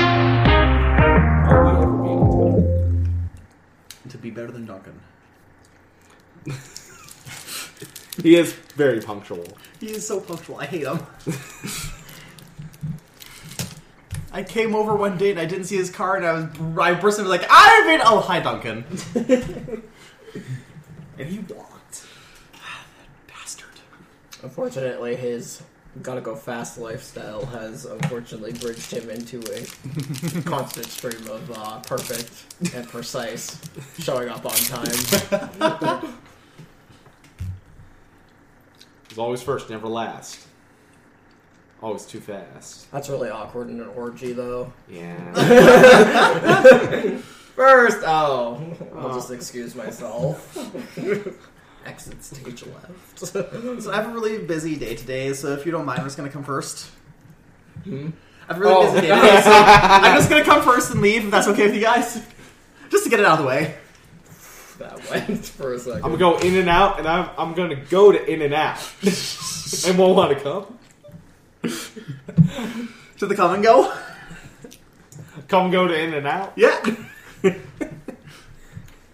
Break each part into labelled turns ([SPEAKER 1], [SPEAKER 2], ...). [SPEAKER 1] He is very punctual.
[SPEAKER 2] He is so punctual. I hate him. I came over one day and I didn't see his car, and I was I burst in like Ivan. Oh, hi, Duncan. and he walked. Ah, Bastard.
[SPEAKER 3] Unfortunately, his gotta go fast lifestyle has unfortunately bridged him into a constant stream of uh, perfect and precise showing up on time.
[SPEAKER 1] He's always first, never last. Always too fast.
[SPEAKER 3] That's really awkward in an orgy, though.
[SPEAKER 1] Yeah.
[SPEAKER 3] First, oh, I'll just excuse myself. Exit stage left.
[SPEAKER 2] So I have a really busy day today. So if you don't mind, I'm just gonna come first.
[SPEAKER 3] Hmm?
[SPEAKER 2] I have a really
[SPEAKER 3] Oh.
[SPEAKER 2] busy day today, so I'm just gonna come first and leave. If that's okay with you guys, just to get it out of the way.
[SPEAKER 3] that went for a second.
[SPEAKER 1] I'm gonna go in and out, and I'm, I'm gonna go to in and out. and won't want to come.
[SPEAKER 2] To the come and go.
[SPEAKER 1] Come go to in and out.
[SPEAKER 2] Yeah.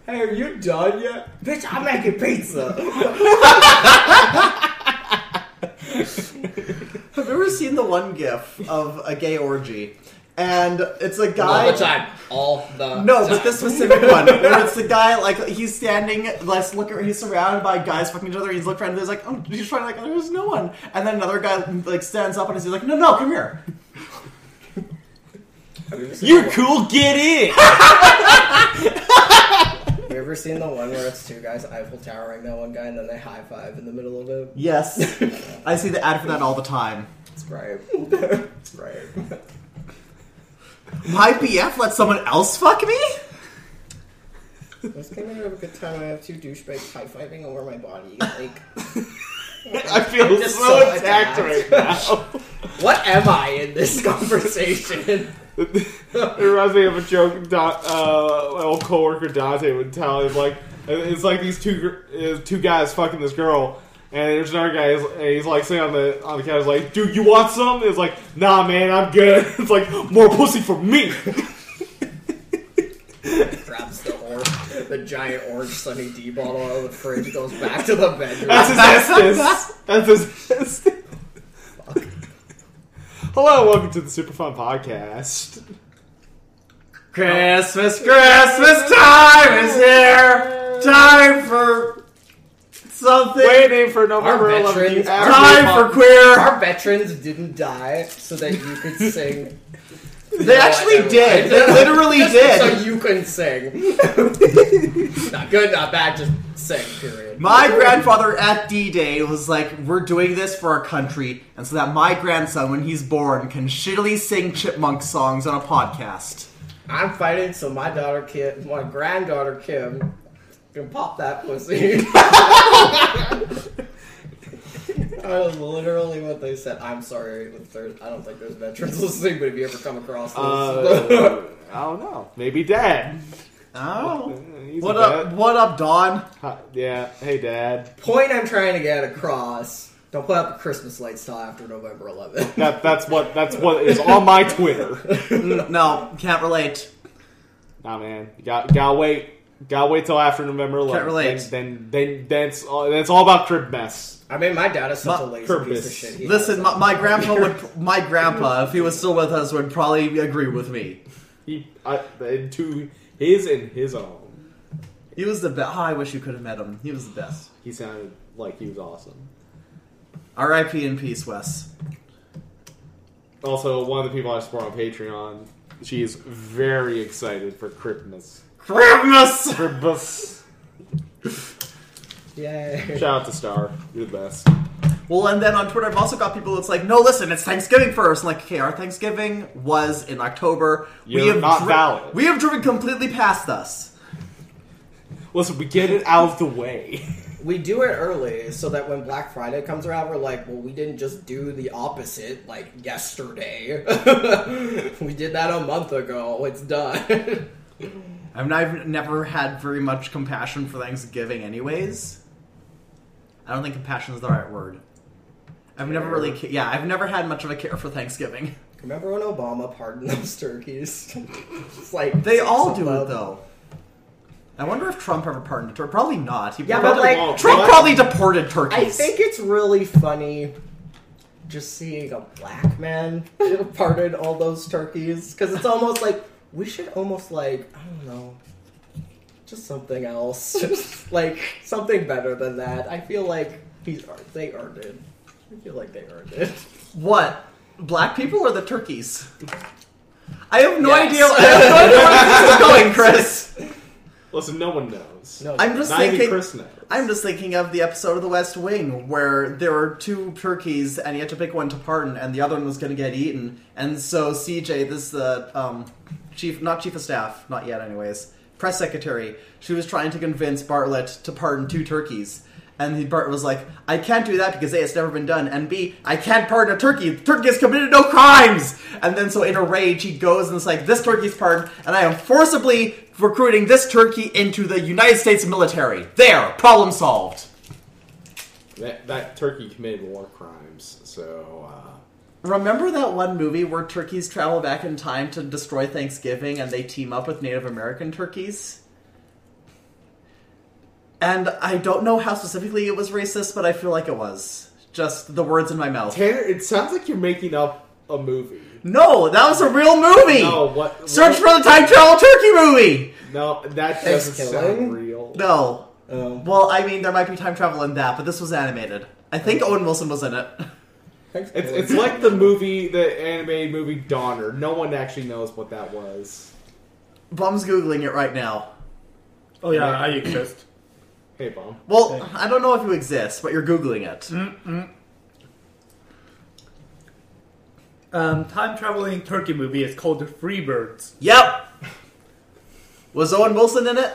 [SPEAKER 3] Hey, are you done yet? Bitch, I'm making pizza.
[SPEAKER 2] Have you ever seen the one gif of a gay orgy? And it's a guy.
[SPEAKER 3] All the time. All the
[SPEAKER 2] No,
[SPEAKER 3] time.
[SPEAKER 2] but this specific one. Where it's the guy, like, he's standing, let's look, he's surrounded by guys fucking each other, he's looking around, and there's like, oh, he's trying to, like, oh, there's no one. And then another guy, like, stands up and he's like, no, no, come here.
[SPEAKER 3] Have you ever seen the
[SPEAKER 1] You're
[SPEAKER 3] one-
[SPEAKER 1] cool, get in!
[SPEAKER 3] Have you ever seen the one where it's two guys Eiffel towering that one guy and then they high five in the middle of it?
[SPEAKER 2] Yes. I see the ad for that all the time.
[SPEAKER 3] It's right. it's right.
[SPEAKER 2] My BF let someone else fuck me?
[SPEAKER 3] I was gonna have a good time. I have two douchebags high fiving over my body. Like,
[SPEAKER 1] I feel
[SPEAKER 3] Just
[SPEAKER 1] so,
[SPEAKER 3] so
[SPEAKER 1] attacked right
[SPEAKER 3] attacked.
[SPEAKER 1] now.
[SPEAKER 3] what am I in this conversation?
[SPEAKER 1] it reminds me of a joke Da- uh, my old coworker Dante would tell. It's like it's like these two gr- is two guys fucking this girl, and there's another guy. He's, and he's like sitting on the on the couch, like, "Dude, you want some?" It's like, "Nah, man, I'm good." It's like more pussy for me.
[SPEAKER 3] Grabs the orange, the giant orange Sunny D bottle out of the fridge, goes back to the bedroom.
[SPEAKER 1] That's his Estes. That's his Estes. Hello, welcome to the Superfun Podcast.
[SPEAKER 2] Christmas, Christmas time is here! Time for something!
[SPEAKER 1] Waiting for November
[SPEAKER 3] Our
[SPEAKER 1] 11th.
[SPEAKER 3] veterans
[SPEAKER 1] After-
[SPEAKER 2] time for queer!
[SPEAKER 3] Our veterans didn't die so that you could sing.
[SPEAKER 2] They actually did. They literally
[SPEAKER 3] Just
[SPEAKER 2] did.
[SPEAKER 3] So you couldn't sing. not good, not bad, just sing, period.
[SPEAKER 2] My grandfather at D Day was like, We're doing this for our country, and so that my grandson, when he's born, can shittily sing chipmunk songs on a podcast.
[SPEAKER 3] I'm fighting so my daughter Kim, my granddaughter Kim, can pop that pussy. That was literally what they said. I'm sorry, if there- I don't think there's veterans listening, but if you ever come across this,
[SPEAKER 1] uh, I don't know. Maybe Dad.
[SPEAKER 2] Oh.
[SPEAKER 1] He's
[SPEAKER 2] What
[SPEAKER 1] a
[SPEAKER 2] up,
[SPEAKER 1] dad.
[SPEAKER 2] what up, Don?
[SPEAKER 1] Hi- yeah. Hey, Dad.
[SPEAKER 3] point I'm trying to get across. Don't put up the Christmas lights till after November 11th.
[SPEAKER 1] That that's what that's what is on my Twitter.
[SPEAKER 2] No, can't relate.
[SPEAKER 1] Nah, man. You got gotta wait. Gotta wait till after November 11th.
[SPEAKER 2] relate.
[SPEAKER 1] Then then then that's all, that's all about crib mess.
[SPEAKER 3] I mean, my dad is such
[SPEAKER 2] My
[SPEAKER 3] a lazy piece
[SPEAKER 1] purpose.
[SPEAKER 3] of shit. He
[SPEAKER 2] Listen,
[SPEAKER 3] does
[SPEAKER 2] my,
[SPEAKER 3] that.
[SPEAKER 2] my grandpa would, my grandpa, if he was still with us, would probably agree with me.
[SPEAKER 1] He I, to his and his own.
[SPEAKER 2] He was the best. I wish you could have met him. He was the best.
[SPEAKER 1] He sounded like he was awesome.
[SPEAKER 2] R.I.P. in peace, Wes.
[SPEAKER 1] Also, one of the people I support on Patreon, she is very excited for Cribmas.
[SPEAKER 2] Christmas.
[SPEAKER 1] Cribmas.
[SPEAKER 3] Yay.
[SPEAKER 1] Shout out to Star. You're the best.
[SPEAKER 2] Well, and then on Twitter, I've also got people that's like, no, listen, it's Thanksgiving first. I'm like, okay, our Thanksgiving was in October.
[SPEAKER 1] You're not valid.
[SPEAKER 2] We have driven completely past us.
[SPEAKER 1] Listen, we get it out of the way.
[SPEAKER 3] We do it early so that when Black Friday comes around, we're like, well, we didn't just do the opposite like yesterday. we did that a month ago. It's done.
[SPEAKER 2] I mean, I've never had very much compassion for Thanksgiving, anyways. I don't think compassion is the right word. I've never really, ca- yeah, I've never had much of a care for Thanksgiving.
[SPEAKER 3] Remember when Obama pardoned those turkeys? it's like
[SPEAKER 2] They all
[SPEAKER 3] six of
[SPEAKER 2] do it
[SPEAKER 3] them.
[SPEAKER 2] though. I wonder if Trump ever pardoned Turkey. Probably not. He
[SPEAKER 3] Yeah, but
[SPEAKER 2] probably,
[SPEAKER 1] Probably
[SPEAKER 3] like,
[SPEAKER 1] won't,
[SPEAKER 2] Trump
[SPEAKER 1] but-
[SPEAKER 2] probably deported turkeys.
[SPEAKER 3] I think it's really funny just seeing a black man parted all those turkeys because it's almost like we should almost like I don't know, just something else, just like something better than that. I feel like he's ear- they earned it. I feel like they earned it.
[SPEAKER 2] what black people or the turkeys? I have no
[SPEAKER 3] Yes.
[SPEAKER 2] idea. I have no idea where this is going, Chris.
[SPEAKER 1] Listen, no one knows.
[SPEAKER 3] No,
[SPEAKER 2] I'm just
[SPEAKER 1] Not even
[SPEAKER 2] thinking.
[SPEAKER 1] Chris knows.
[SPEAKER 2] I'm just thinking of the episode of The West Wing where there were two turkeys and he had to pick one to pardon and the other one was going to get eaten. And so CJ, this uh, um, chief, not chief of staff, not yet, anyways, press secretary, she was trying to convince Bartlett to pardon two turkeys. And he, Bart was like, I can't do that because A, it's never been done, and B, I can't pardon a turkey. The turkey has committed no crimes! And then, so in a rage, he goes and is like, This turkey's pardoned, and I am forcibly recruiting this turkey into the United States military. There! Problem solved.
[SPEAKER 1] That, that turkey committed war crimes, so uh,
[SPEAKER 2] Remember that one movie where turkeys travel back in time to destroy Thanksgiving and they team up with Native American turkeys? And I don't know how specifically it was racist, but I feel like it was. Just the words in my mouth.
[SPEAKER 1] Tanner, it sounds like you're making up a movie.
[SPEAKER 2] No, that was a real movie.
[SPEAKER 1] No, what?
[SPEAKER 2] Search for the time travel turkey movie.
[SPEAKER 1] No, that
[SPEAKER 3] Thanks,
[SPEAKER 1] doesn't
[SPEAKER 3] Killing.
[SPEAKER 1] sound real.
[SPEAKER 2] No.
[SPEAKER 3] um,
[SPEAKER 2] Well, I mean, there might be time travel in that, but this was animated. I think Owen Wilson was in it.
[SPEAKER 3] thanks,
[SPEAKER 1] It's,
[SPEAKER 3] Colin.
[SPEAKER 1] it's like the movie, the anime movie Donner. No one actually knows what that was.
[SPEAKER 2] Bum's googling it right now.
[SPEAKER 4] Oh yeah, I exist.
[SPEAKER 1] Hey, Bomb.
[SPEAKER 2] Well, I don't know if you Hmm? exist, but you're googling it.
[SPEAKER 4] Um, time traveling turkey movie is called Free Birds.
[SPEAKER 2] Yep. Was Owen Wilson in it?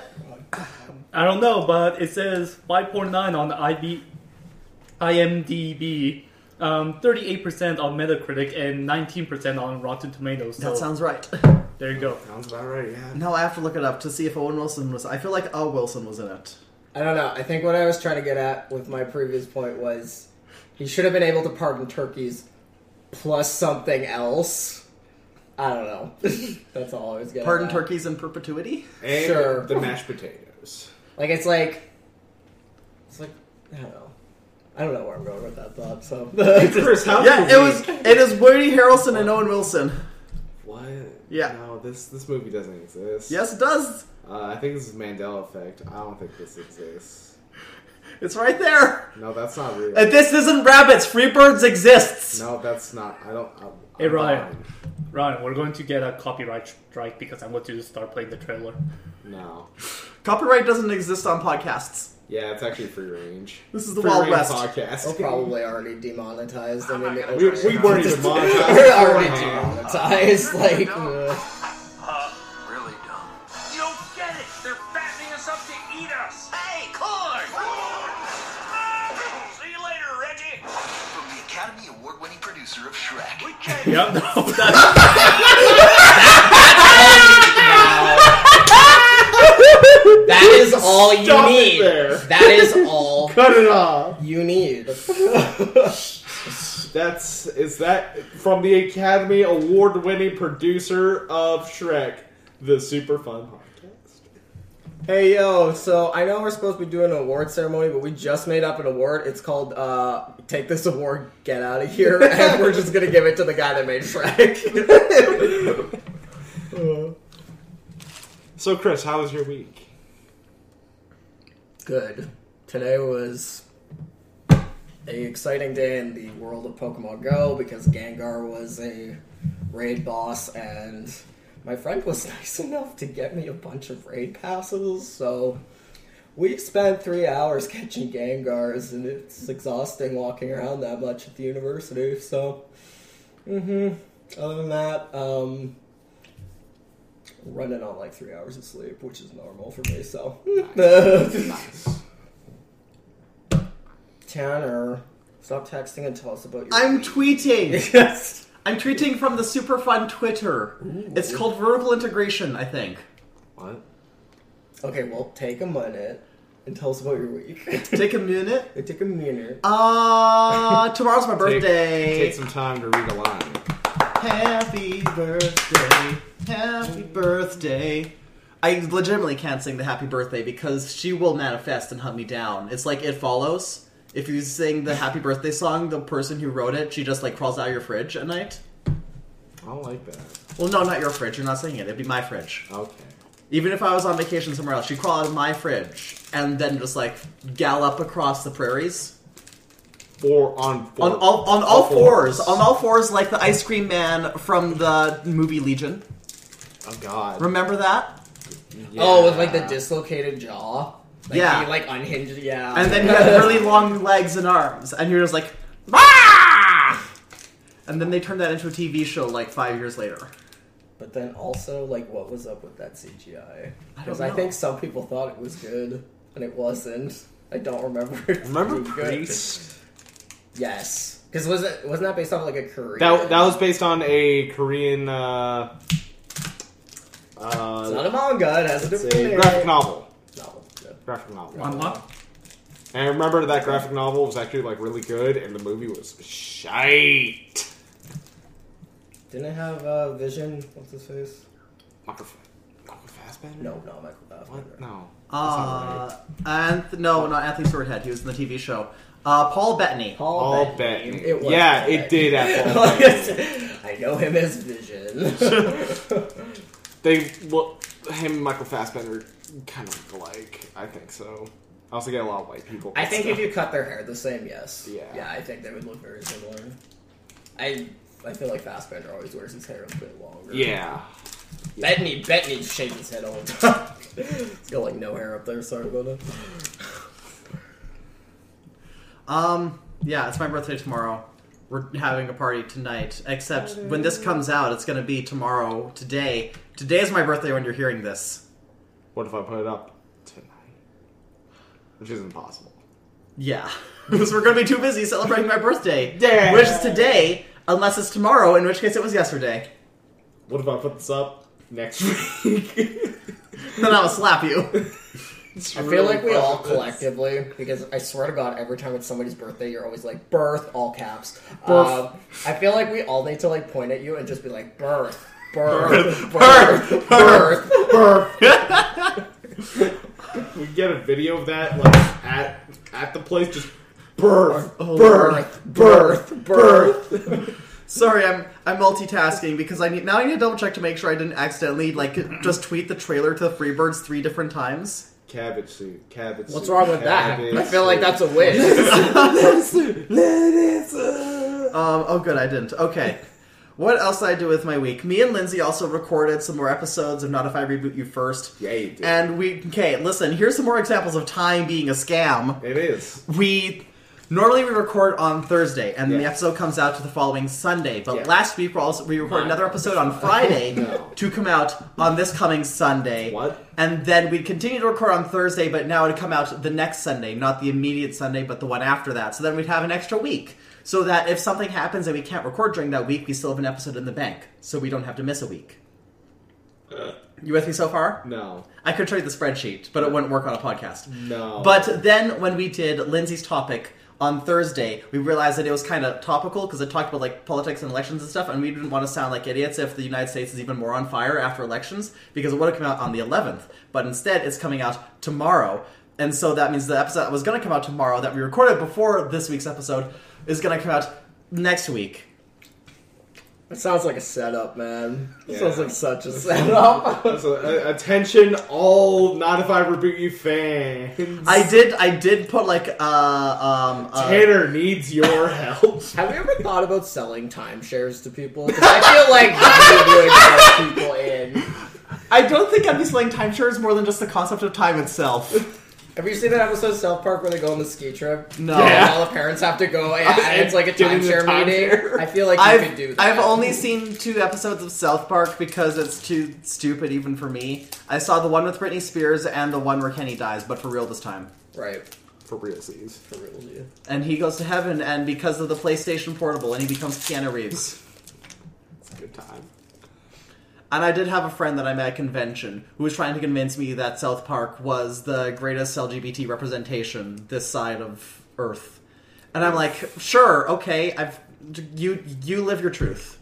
[SPEAKER 4] I don't know, but it says 5.9 on IB, IMDb, um, 38% on Metacritic, and 19% on Rotten Tomatoes. So
[SPEAKER 2] That sounds right.
[SPEAKER 4] there you go.
[SPEAKER 1] Sounds about right, yeah.
[SPEAKER 2] Now I have to look it up to see if Owen Wilson was. I feel like O Wilson was in it.
[SPEAKER 3] I don't know. I think what I was trying to get at with my previous point was he should have been able to pardon turkeys plus something else. I don't know. That's all I was getting.
[SPEAKER 2] Pardon
[SPEAKER 3] at.
[SPEAKER 2] turkeys in perpetuity.
[SPEAKER 1] And
[SPEAKER 3] Sure.
[SPEAKER 1] the mashed potatoes.
[SPEAKER 3] Like it's like it's like I don't know. I don't know where I'm going with that thought. So
[SPEAKER 1] Chris, how
[SPEAKER 2] Yeah,
[SPEAKER 1] could
[SPEAKER 2] it
[SPEAKER 1] we-
[SPEAKER 2] was. It is Woody Harrelson and Owen Wilson.
[SPEAKER 1] What?
[SPEAKER 2] Yeah.
[SPEAKER 1] No, this this movie doesn't exist.
[SPEAKER 2] Yes, it does.
[SPEAKER 1] Uh, I think this is Mandela Effect. I don't think this exists.
[SPEAKER 2] It's right there.
[SPEAKER 1] No, that's not real.
[SPEAKER 2] Uh, This isn't rabbits. Free birds exists.
[SPEAKER 1] No, that's not. I don't. I,
[SPEAKER 4] Hey,
[SPEAKER 1] I'm
[SPEAKER 4] Ryan.
[SPEAKER 1] fine.
[SPEAKER 4] Ryan, we're going to get a copyright strike because I'm going to start playing the trailer.
[SPEAKER 1] No.
[SPEAKER 2] Copyright doesn't exist on podcasts.
[SPEAKER 1] Yeah, it's actually free range.
[SPEAKER 2] This is the
[SPEAKER 1] free
[SPEAKER 2] Wild
[SPEAKER 1] range
[SPEAKER 2] West.
[SPEAKER 1] podcast.
[SPEAKER 3] we're probably already demonetized. I mean,
[SPEAKER 1] We, we weren't even
[SPEAKER 3] we're already
[SPEAKER 1] monetized.
[SPEAKER 3] demonetized. Like uh,
[SPEAKER 5] Really dumb. You don't get it! They're fattening us up to eat us! Hey, corn! See you later, Reggie!
[SPEAKER 6] From the Academy Award winning producer of Shrek.
[SPEAKER 5] We can't
[SPEAKER 4] Yep, no, that's,
[SPEAKER 3] that is all you
[SPEAKER 1] Stop it
[SPEAKER 3] need.
[SPEAKER 1] there.
[SPEAKER 3] That is all
[SPEAKER 1] Cut it off.
[SPEAKER 3] you need.
[SPEAKER 1] That's is that from the Academy Award-winning producer of Shrek, the super fun podcast.
[SPEAKER 3] Hey yo, so I know we're supposed to be doing an award ceremony, but we just made up an award. It's called uh Take This Award, Get Out of Here, and we're just gonna give it to the guy that made Shrek.
[SPEAKER 1] So, Chris, how was your week?
[SPEAKER 3] Good. Today was a exciting day in the world of Pokemon Go because Gengar was a raid boss and my friend was nice enough to get me a bunch of raid passes, so we spent three hours catching Gengars and it's exhausting walking around that much at the university, so hmm other than that, um running on like three hours of sleep, which is normal for me, so Tanner, stop texting and tell us about your.
[SPEAKER 2] I'm tweeting.
[SPEAKER 3] yes.
[SPEAKER 2] I'm tweeting from the super fun Twitter. It's called vertical integration, I think.
[SPEAKER 1] What?
[SPEAKER 3] Okay, well, take a minute and tell us about your week.
[SPEAKER 2] Take a minute.
[SPEAKER 3] It took a minute.
[SPEAKER 2] Uh, tomorrow's my birthday.
[SPEAKER 1] Take, take some time to read a line.
[SPEAKER 2] Happy birthday. Happy birthday. I legitimately can't sing the happy birthday because she will manifest and hunt me down. It's like it follows. If you sing the happy birthday song, the person who wrote it, she just like crawls out of your fridge at night.
[SPEAKER 1] I don't like that.
[SPEAKER 2] Well, no, not your fridge. You're not singing it. It'd be my fridge.
[SPEAKER 1] Okay.
[SPEAKER 2] Even if I was on vacation somewhere else, she'd crawl out of my fridge and then just like gallop across the prairies
[SPEAKER 1] Four on four.
[SPEAKER 2] on all on all, fours. on all fours, like the ice cream man from the movie Legion.
[SPEAKER 1] Oh God.
[SPEAKER 2] Remember that?
[SPEAKER 3] Oh, with like the dislocated jaw. Like,
[SPEAKER 2] Yeah.
[SPEAKER 3] he, like unhinged. Yeah.
[SPEAKER 2] And then you had really long legs and arms, and you're just like, ah! And then they turned that into a TV show like five years later.
[SPEAKER 3] But then also, like, what was up with that CGI?
[SPEAKER 2] don't
[SPEAKER 3] Because I,
[SPEAKER 2] know.
[SPEAKER 3] think some people thought it was good, and it wasn't. I don't remember. it
[SPEAKER 1] Remember
[SPEAKER 3] being good.
[SPEAKER 1] Priest?
[SPEAKER 3] Yes. Because was it wasn't that based on like a Korean?
[SPEAKER 1] That that was based on a Korean uh,
[SPEAKER 3] It's
[SPEAKER 1] uh,
[SPEAKER 3] not a manga. It has a
[SPEAKER 1] it's
[SPEAKER 3] different
[SPEAKER 1] a
[SPEAKER 3] name.
[SPEAKER 1] graphic novel.
[SPEAKER 3] No, no.
[SPEAKER 1] Graphic novel.
[SPEAKER 4] Unlock.
[SPEAKER 1] And I remember that graphic novel was actually like really good, and the movie was shite.
[SPEAKER 3] Didn't it have uh, Vision? What's his face?
[SPEAKER 1] Michael, Fa- Michael Fassbender?
[SPEAKER 3] No, not Michael Fassbender.
[SPEAKER 1] What? No.
[SPEAKER 2] Uh, and no, not Anthony Swordhead. He was in the TV show. Uh, Paul Bettany.
[SPEAKER 1] All
[SPEAKER 3] Paul
[SPEAKER 1] bet.
[SPEAKER 3] Bettany. It was
[SPEAKER 1] Yeah,
[SPEAKER 3] Paul
[SPEAKER 1] it did have Paul
[SPEAKER 3] Bettany.
[SPEAKER 1] Bettany.
[SPEAKER 3] I know him as Vision.
[SPEAKER 1] They well, him and Michael Fassbender kind of like. I think so. I also get a lot of white people.
[SPEAKER 3] I think if you cut their hair the same, yes.
[SPEAKER 1] Yeah.
[SPEAKER 3] Yeah, I think they would look very similar. I I feel like Fassbender always wears his hair a bit longer.
[SPEAKER 1] Yeah.
[SPEAKER 3] Bettany Bettany shaves his head all the time. He's got like no hair up there, sorry about that.
[SPEAKER 2] Um, yeah, it's my birthday tomorrow. We're having a party tonight. Except when this comes out, it's gonna be tomorrow. Today, today is my birthday when you're hearing this.
[SPEAKER 1] What if I put it up tonight? Which is impossible.
[SPEAKER 2] Yeah, because we're gonna be too busy celebrating my birthday,
[SPEAKER 1] Yeah.
[SPEAKER 2] which is today, unless it's tomorrow, in which case it was yesterday.
[SPEAKER 1] What if I put this up next week?
[SPEAKER 2] Then I'll slap you.
[SPEAKER 3] I feel like we all collectively, because I swear to God, every time it's somebody's birthday, you're always like birth, all caps.
[SPEAKER 2] Birth.
[SPEAKER 3] Um, I feel like we all need to like point at you and just be like birth, birth,
[SPEAKER 2] Birth.
[SPEAKER 3] birth, birth. birth.
[SPEAKER 1] we get a video of that like at at the place just birth
[SPEAKER 3] Oh, Birth, birth, birth.
[SPEAKER 2] Sorry, I'm I'm multitasking because I need now I need to double check to make sure I didn't accidentally like just tweet the trailer to Freebirds three different times.
[SPEAKER 1] cabbage soup cabbage
[SPEAKER 3] What's
[SPEAKER 1] soup,
[SPEAKER 3] wrong with that?
[SPEAKER 1] cabbage
[SPEAKER 3] I feel like
[SPEAKER 1] soup.
[SPEAKER 3] that's a win.
[SPEAKER 2] Um, oh, good, I didn't. Okay. What else did I do with my week? Me and Lindsay also recorded some more episodes of Not If I Reboot You First.
[SPEAKER 1] Yeah, you did.
[SPEAKER 2] And we, okay, listen, here's some more examples of time being a scam.
[SPEAKER 1] it is
[SPEAKER 2] We, normally we record on Thursday, and the
[SPEAKER 1] Yeah.
[SPEAKER 2] episode comes out to the following Sunday. But
[SPEAKER 1] Yeah.
[SPEAKER 2] last week we also, we recorded another episode on Friday
[SPEAKER 1] No.
[SPEAKER 2] to come out on this coming Sunday.
[SPEAKER 1] What?
[SPEAKER 2] And then we'd continue to record on Thursday, but now it'd come out the next Sunday, not the immediate Sunday, but the one after that. So then we'd have an extra week. So that if something happens and we can't record during that week, we still have an episode in the bank. So we don't have to miss a week. You with me so far?
[SPEAKER 1] no
[SPEAKER 2] I could show you the spreadsheet, but it wouldn't work on a podcast.
[SPEAKER 1] no
[SPEAKER 2] But then when we did Lindsay's topic on Thursday, we realized that it was kind of topical because it talked about like politics and elections and stuff, and we didn't want to sound like idiots if the United States is even more on fire after elections because it would have come out on the 11th. But instead, it's coming out tomorrow, and so that means the episode that was going to come out tomorrow that we recorded before this week's episode is going to come out next week.
[SPEAKER 3] That sounds like a setup, man. That
[SPEAKER 1] Yeah.
[SPEAKER 3] sounds like such a setup.
[SPEAKER 1] That's a- a- attention all not if I reboot you fans
[SPEAKER 2] I did, I did put like uh, um, uh,
[SPEAKER 1] Tanner needs your help
[SPEAKER 3] Have you ever thought about selling timeshares to people? 'Cause I feel like you would get people in.
[SPEAKER 2] I don't think I'd be selling timeshares more than just the concept of time itself.
[SPEAKER 3] Have you seen that episode of South Park where they go on the ski trip?
[SPEAKER 2] No.
[SPEAKER 3] And
[SPEAKER 1] Yeah.
[SPEAKER 3] all the parents have to go and and it's like a
[SPEAKER 1] Get in the
[SPEAKER 3] timeshare meeting.
[SPEAKER 1] timeshare.
[SPEAKER 3] I feel like you could
[SPEAKER 2] I've,
[SPEAKER 3] do that.
[SPEAKER 2] I've only seen two episodes of South Park because it's too stupid even for me. I saw the one with Britney Spears and the one where Kenny dies, but for real this time.
[SPEAKER 3] Right.
[SPEAKER 1] for realsies
[SPEAKER 3] For real, dude.
[SPEAKER 2] And he goes to heaven, and because of the PlayStation Portable, and he becomes Keanu Reeves.
[SPEAKER 1] it's a good time
[SPEAKER 2] And I did have a friend that I met at convention who was trying to convince me that South Park was the greatest LGBT representation this side of Earth. And I'm like, sure, okay, I've you you live your truth.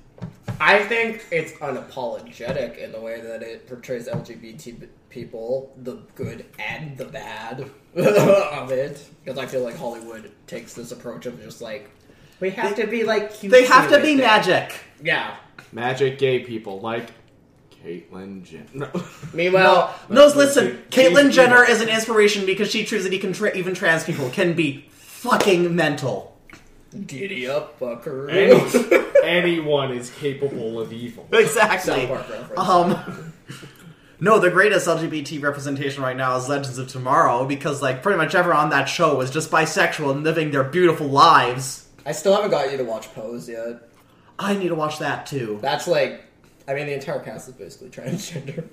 [SPEAKER 3] I think it's unapologetic in the way that it portrays LGBT b- people, the good and the bad of it. Because I feel like Hollywood takes this approach of just like, we have to be like cute.
[SPEAKER 2] They have to be magic.
[SPEAKER 3] Yeah.
[SPEAKER 1] Magic gay people like Caitlyn Jenner. No.
[SPEAKER 3] Meanwhile,
[SPEAKER 2] No,
[SPEAKER 1] That's
[SPEAKER 2] listen.
[SPEAKER 1] what she-
[SPEAKER 2] Caitlyn
[SPEAKER 1] she's
[SPEAKER 2] Jenner
[SPEAKER 1] evil.
[SPEAKER 2] is an inspiration because she proves that he can tra- even trans people can be fucking mental.
[SPEAKER 3] giddy up, fucker.
[SPEAKER 1] Any, anyone is capable of evil.
[SPEAKER 2] Exactly.
[SPEAKER 3] South Park reference.
[SPEAKER 2] Um, no, the greatest LGBT representation right now is Legends of Tomorrow because, like, pretty much everyone on that show was just bisexual and living their beautiful lives.
[SPEAKER 3] I still haven't got you to watch Pose yet.
[SPEAKER 2] I need to watch that too.
[SPEAKER 3] That's like, I mean, the entire cast is basically transgender.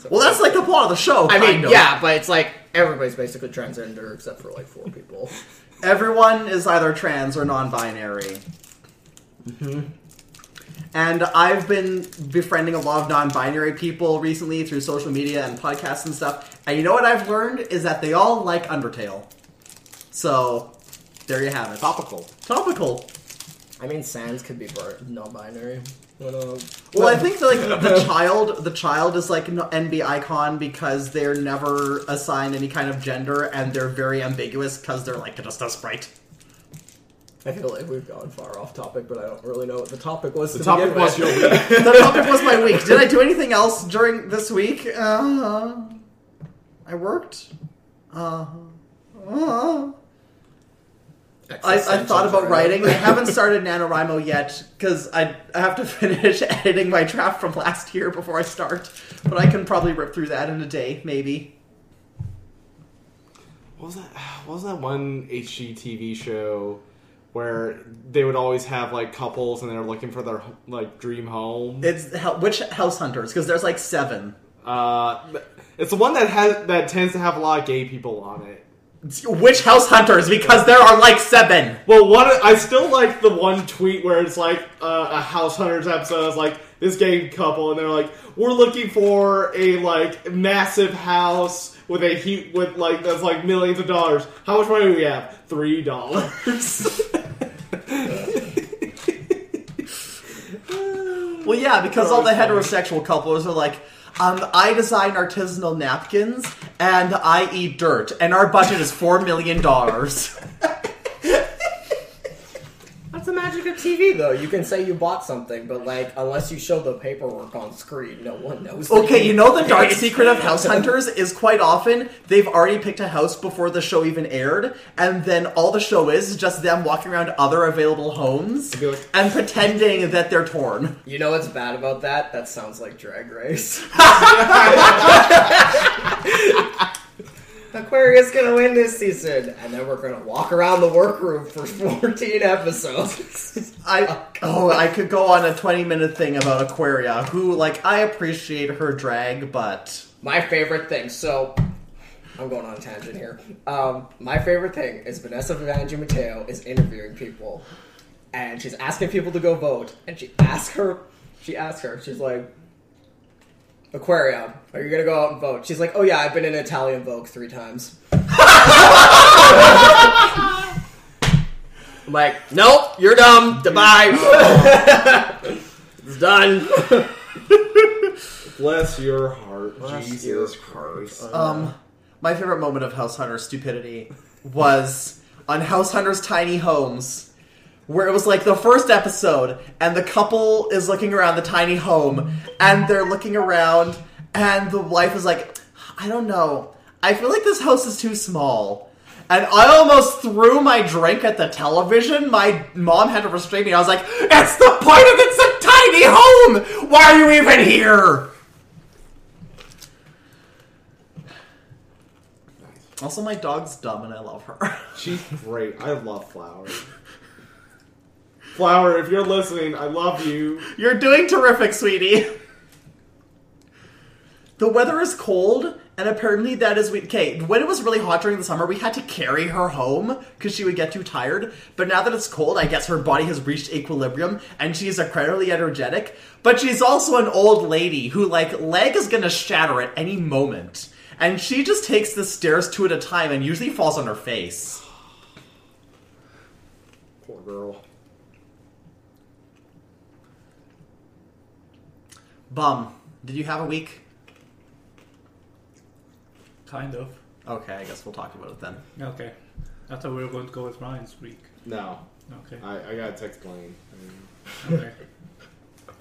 [SPEAKER 3] So-
[SPEAKER 2] Well, that's like the plot of the show.
[SPEAKER 3] I mean,
[SPEAKER 2] kind of.
[SPEAKER 3] yeah, but it's like everybody's basically transgender except for like four people.
[SPEAKER 2] Everyone is either trans or non-binary. And I've been befriending a lot of non-binary people recently through social media and podcasts and stuff. And you know what I've learned is that they all like Undertale. So there you have it.
[SPEAKER 1] Topical.
[SPEAKER 2] Topical.
[SPEAKER 3] I mean, Sans could be bir- non-binary. uh, What up?
[SPEAKER 2] Well, I think like the child, the child is like an NB icon because they're never assigned any kind of gender, and they're very ambiguous because they're like just a sprite.
[SPEAKER 3] I feel like we've gone far off topic, but I don't really know what the topic was.
[SPEAKER 1] The
[SPEAKER 3] to
[SPEAKER 1] topic
[SPEAKER 3] begin
[SPEAKER 1] was your
[SPEAKER 3] with.
[SPEAKER 1] week.
[SPEAKER 2] the topic was my week. Did I do anything else during this week? Uh, I worked. Uh, uh, I, I thought about writing. I haven't started NaNoWriMo yet because I, I have to finish editing my draft from last year before I start. But I can probably rip through that in a day, maybe.
[SPEAKER 1] What was that? What was that one HGTV show where they would always have like couples and they're looking for their like dream home?
[SPEAKER 2] It's hel- which House Hunters because there's like seven.
[SPEAKER 1] Uh, it's the one that has that tends to have a lot of gay people on it.
[SPEAKER 2] Which House Hunters because there are like seven.
[SPEAKER 1] Well, one I still like the one tweet where it's like uh, a House Hunters episode. It's like this gay couple, and they're like, "We're looking for a like massive house with a heat with like that's like millions of dollars. How much money do we have? Three dollars."
[SPEAKER 2] Well, yeah, because all the
[SPEAKER 1] Gross.
[SPEAKER 2] heterosexual couples are like, um, I design artisanal napkins and I eat dirt, and our budget is four million dollars.
[SPEAKER 3] That's the magic of TV, though. You can say you bought something, but like, unless you show the paperwork on screen, no one knows.
[SPEAKER 2] okay, you know the dark secret of House Hunters is quite often they've already picked a house before the show even aired, and then all the show is is just them walking around other available homes
[SPEAKER 1] be like-
[SPEAKER 2] and pretending that they're torn.
[SPEAKER 3] You know what's bad about that? That sounds like Drag Race. Aquarius gonna win this season, and then we're gonna walk around the workroom for 14 episodes.
[SPEAKER 2] I oh, I could go on a twenty-minute thing about Aquaria, who like I appreciate her drag, but.
[SPEAKER 3] my favorite thing. So, I'm going on a tangent here. Um, my favorite thing is Vanessa Vanji Mateo is interviewing people, and she's asking people to go vote, and she asks her, she asks her, she's like, Aquarium, are you gonna go out and vote? She's like, Oh yeah, I've been in Italian Vogue three times. I'm like, Nope, you're dumb. Goodbye. it's done.
[SPEAKER 1] Bless your heart, Jesus
[SPEAKER 3] your
[SPEAKER 1] Christ.
[SPEAKER 2] Um, my favorite moment of House Hunter's stupidity was on House Hunter's Tiny Homes, where it was like the first episode, and the couple is looking around the tiny home, and they're looking around, and the wife is like, I don't know. I feel like this house is too small. And I almost threw my drink at the television. My mom had to restrain me. I was like, It's the point of it's a tiny home! Why are you even here? Also, my dog's dumb and I love her.
[SPEAKER 1] She's great. I love Flower. Flower, if you're listening, I love you.
[SPEAKER 2] You're doing terrific, sweetie. The weather is cold, and apparently that is we. Okay, when it was really hot during the summer, we had to carry her home because she would get too tired. But now that it's cold, I guess her body has reached equilibrium, and she is incredibly energetic. But she's also an old lady who, like, leg is gonna shatter at any moment. And she just takes the stairs two at a time and usually falls on her face.
[SPEAKER 1] Poor girl.
[SPEAKER 2] Bum, did you have a week?
[SPEAKER 4] Kind of.
[SPEAKER 2] Okay, I guess we'll talk about it then.
[SPEAKER 4] Okay. I thought we were going to go with Ryan's week.
[SPEAKER 1] No,
[SPEAKER 4] Okay.
[SPEAKER 1] I, I gotta text Blaine.
[SPEAKER 4] Okay.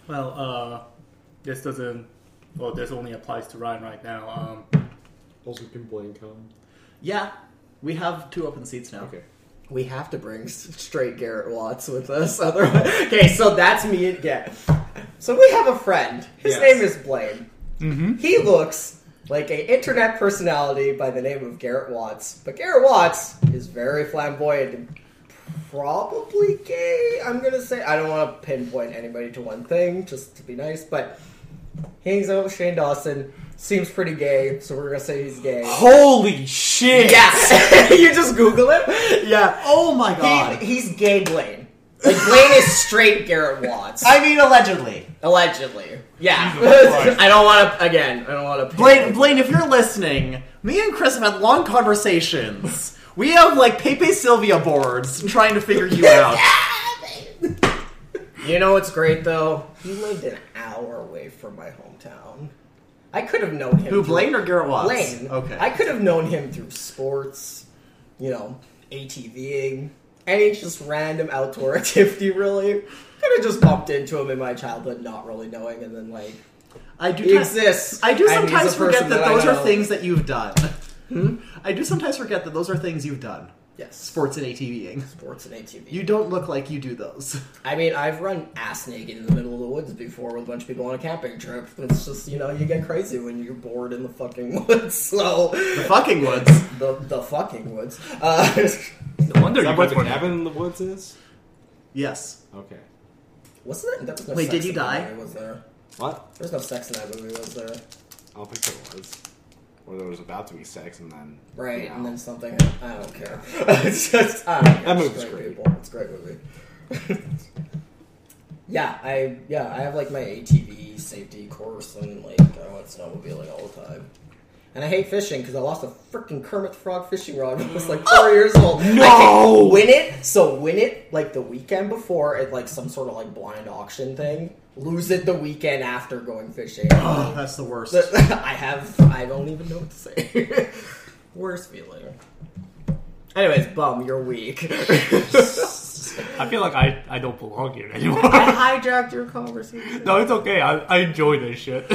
[SPEAKER 4] well, uh, this doesn't. Well, this only applies to Ryan right now. Um,
[SPEAKER 1] Also, can Blaine come?
[SPEAKER 2] Yeah, we have two open seats now.
[SPEAKER 1] Okay.
[SPEAKER 3] We have to bring s- straight Garrett Watts with us, otherwise. Okay, so that's me again. So we have a friend. His
[SPEAKER 1] Yes.
[SPEAKER 3] name is Blaine. He looks like a internet personality by the name of Garrett Watts, but Garrett Watts is very flamboyant and probably gay. I'm gonna say I don't want to pinpoint anybody to one thing, just to be nice, but he hangs out with Shane Dawson. Seems pretty gay, so we're gonna say he's gay.
[SPEAKER 7] Holy shit!
[SPEAKER 3] Yeah, you just Google it. Yeah,
[SPEAKER 2] Oh my god!
[SPEAKER 3] he, he's gay Blaine. Like Blaine is straight Garrett Watts.
[SPEAKER 2] I mean, allegedly.
[SPEAKER 3] allegedly. Yeah.
[SPEAKER 7] Jesus Christ.
[SPEAKER 3] I don't wanna again, I don't wanna
[SPEAKER 2] Blaine, Blaine, if you're listening, me and Chris have had long conversations. We have like Pepe Sylvia boards trying to figure you out.
[SPEAKER 3] You know what's great though? He lived an hour away from my hometown. I could have known him
[SPEAKER 2] Who,
[SPEAKER 3] through-
[SPEAKER 2] Blaine or Garrett Watts?
[SPEAKER 3] Blaine.
[SPEAKER 2] Okay.
[SPEAKER 3] I could have known him through sports, you know, ATVing, any just random outdoor activity really. Could have just bumped into him in my childhood not really knowing and then like
[SPEAKER 2] I do.
[SPEAKER 3] He
[SPEAKER 2] kind-
[SPEAKER 3] exists.
[SPEAKER 2] I do
[SPEAKER 3] and he's
[SPEAKER 2] sometimes
[SPEAKER 3] a
[SPEAKER 2] forget
[SPEAKER 3] person
[SPEAKER 2] that,
[SPEAKER 3] I
[SPEAKER 2] those are
[SPEAKER 3] know. Hmm?
[SPEAKER 2] things that you've done. I do sometimes forget that those are things you've done.
[SPEAKER 3] Yes.
[SPEAKER 2] Sports and ATVing.
[SPEAKER 3] Sports and ATV.
[SPEAKER 2] You don't look like you do those.
[SPEAKER 3] I mean, I've run ass naked in the middle of the woods before with a bunch of people on a camping trip. It's just, you know, you get crazy when you're bored in the fucking woods. So,
[SPEAKER 2] The fucking woods.
[SPEAKER 3] the, the fucking woods. Uh,
[SPEAKER 7] No wonder
[SPEAKER 1] Is
[SPEAKER 7] you
[SPEAKER 1] that what
[SPEAKER 7] guys
[SPEAKER 1] the
[SPEAKER 7] were
[SPEAKER 1] cabin in the woods is?
[SPEAKER 2] Yes.
[SPEAKER 1] Okay.
[SPEAKER 3] wasn't that? There was no
[SPEAKER 2] Wait,
[SPEAKER 3] sex
[SPEAKER 2] did you
[SPEAKER 3] in that
[SPEAKER 2] die?
[SPEAKER 3] movie, Was there?
[SPEAKER 1] What?
[SPEAKER 3] There's no sex in that movie, was there?
[SPEAKER 1] I don't think there was. Or there was about to be sex and then.
[SPEAKER 3] Right,
[SPEAKER 1] Yeah.
[SPEAKER 3] and then something. I don't care. it's just, I don't care.
[SPEAKER 1] That
[SPEAKER 3] It's
[SPEAKER 1] movie's
[SPEAKER 3] great,
[SPEAKER 1] great.
[SPEAKER 3] People. It's a great movie. yeah, I yeah I have like my ATV safety course and like I went snowmobiling all the time. And I hate fishing because I lost a freaking Kermit the Frog fishing rod when I was like four years old. No, win it. So win it like the weekend before at like some sort of like blind auction thing. Lose it the weekend after going fishing.
[SPEAKER 2] Oh, that's the worst.
[SPEAKER 3] I have. I don't even know what to say. Worst feeling. Anyways, bum, you're weak. I
[SPEAKER 7] I feel like I, I don't belong here anymore.
[SPEAKER 3] hijacked your conversation.
[SPEAKER 7] no, it's okay. I, I enjoy this shit.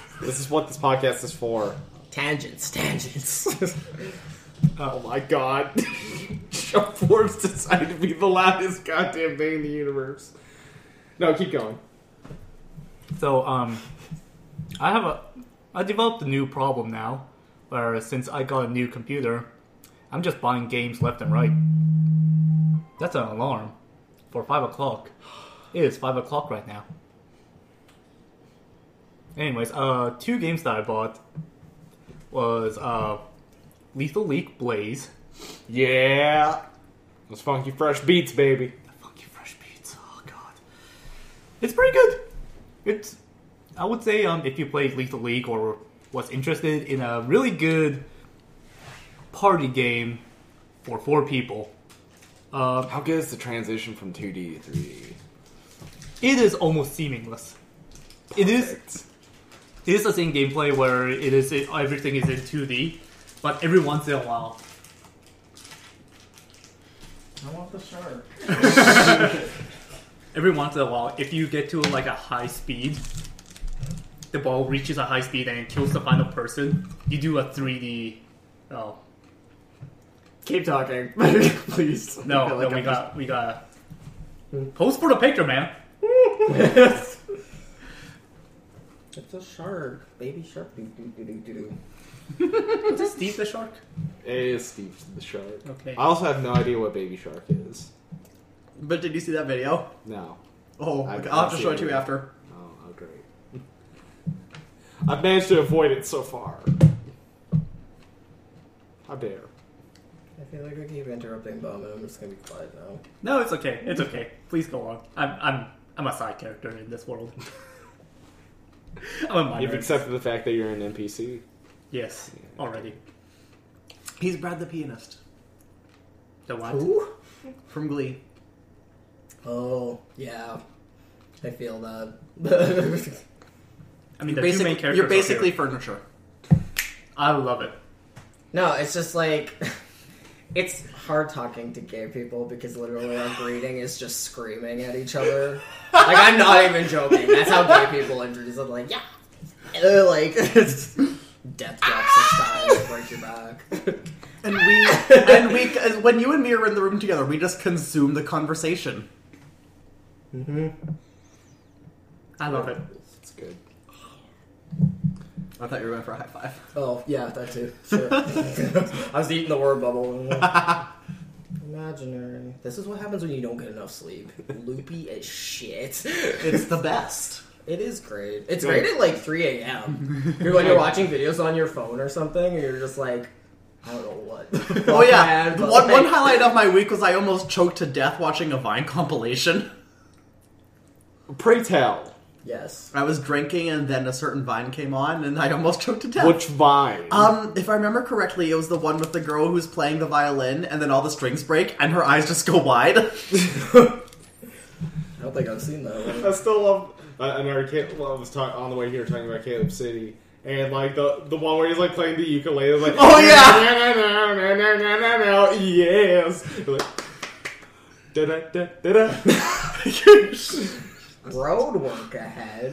[SPEAKER 1] This is what this podcast is for.
[SPEAKER 3] Tangents, tangents.
[SPEAKER 1] Oh my god. Jump force decided to be the loudest goddamn thing in the universe. No, keep going.
[SPEAKER 7] so, um, I have a. I developed a new problem now where since I got a new computer, I'm just buying games left and right. That's an alarm for 5 o'clock. It is 5 o'clock right now. Anyways, uh, two games that I bought was uh, Lethal League Blaze.
[SPEAKER 1] Yeah. Those funky fresh beats, baby.
[SPEAKER 7] Funky fresh beats. Oh god, it's pretty good. It's I would say um if you play Lethal League or was interested in a really good party game for four people, uh,
[SPEAKER 1] How good is the transition from 2D to 3D?
[SPEAKER 7] it is almost seamless. It is it is the same gameplay where it is it, everything is in 2D, but every once in a while
[SPEAKER 3] I want the shark.
[SPEAKER 7] every once in a while, if you get to like a high speed, the ball reaches a high speed and kills the final person. You do a 3D. Oh
[SPEAKER 2] Keep talking. Please. I
[SPEAKER 7] no,
[SPEAKER 2] feel
[SPEAKER 7] no,
[SPEAKER 2] like
[SPEAKER 7] we
[SPEAKER 2] I'm
[SPEAKER 7] got we got. Post for the picture, man.
[SPEAKER 3] It's a shark, baby shark. Do, do, do, do, do, do.
[SPEAKER 7] Is it Steve the shark?
[SPEAKER 1] It is Steve the Shark.
[SPEAKER 7] Okay.
[SPEAKER 1] I also have no idea what Baby Shark is.
[SPEAKER 2] just- But did you see that video?
[SPEAKER 1] No.
[SPEAKER 2] Oh,
[SPEAKER 1] I've-
[SPEAKER 2] I'll have
[SPEAKER 1] I've
[SPEAKER 2] to show it to
[SPEAKER 1] seen
[SPEAKER 2] you
[SPEAKER 1] it.
[SPEAKER 2] after.
[SPEAKER 1] Oh, oh great. I've managed to avoid it so far. How dare.
[SPEAKER 3] I feel like I keep interrupting bum, and I'm just gonna be quiet now.
[SPEAKER 7] No, it's okay. It's okay. Please go on. I'm I'm I'm a side character in this world. I'm a minor.
[SPEAKER 1] You've accepted the fact that you're an NPC.
[SPEAKER 7] Yes, already.
[SPEAKER 2] He's Brad the pianist
[SPEAKER 7] The what?
[SPEAKER 3] Who?
[SPEAKER 2] from Glee.
[SPEAKER 3] Oh yeah, I feel that.
[SPEAKER 4] I mean, the two main
[SPEAKER 2] Basic,
[SPEAKER 4] characters.
[SPEAKER 2] you're
[SPEAKER 4] are
[SPEAKER 2] basically
[SPEAKER 4] here.
[SPEAKER 2] furniture.
[SPEAKER 4] I love it.
[SPEAKER 3] No, it's just like it's hard talking to gay people because literally our greeting is just screaming at each other. Like I'm not even joking. That's how gay people introduce it. Like yeah, And they're like it's death drops this time will break your back.
[SPEAKER 2] And we, and we, uh, when you and me are in the room together, we just consume the conversation.
[SPEAKER 4] I love it.
[SPEAKER 1] It's good.
[SPEAKER 2] I thought you were going for a high five.
[SPEAKER 3] Oh yeah, that too. Sure. I was eating the word bubble. Imaginary. This is what happens when you don't get enough sleep. Loopy as shit.
[SPEAKER 2] It's the best.
[SPEAKER 3] It is great. It's great at like 3 a.m. You're like you're watching videos on your phone or something, and you're just like, I don't know what.
[SPEAKER 2] Oh yeah,
[SPEAKER 3] Bad, but,
[SPEAKER 2] one, one
[SPEAKER 3] like,
[SPEAKER 2] highlight of my week was I almost choked to death watching a Vine compilation.
[SPEAKER 1] Pray tell,
[SPEAKER 3] Yes.
[SPEAKER 2] I was drinking and then a certain Vine came on and I almost choked to death.
[SPEAKER 1] which vine?
[SPEAKER 2] Um, if I remember correctly, it was the one with the girl who's playing the violin, and then all the strings break, and her eyes just go wide.
[SPEAKER 3] I don't think I've seen that one.
[SPEAKER 1] I still love. Uh, another kid well, I was talk, on the way here talking about Caleb City. And like the the one where he's like playing the ukulele, like
[SPEAKER 2] Oh, yeah!
[SPEAKER 1] na, na, na, na, na, na, na, yes, like, da da da da da.
[SPEAKER 3] Road work ahead.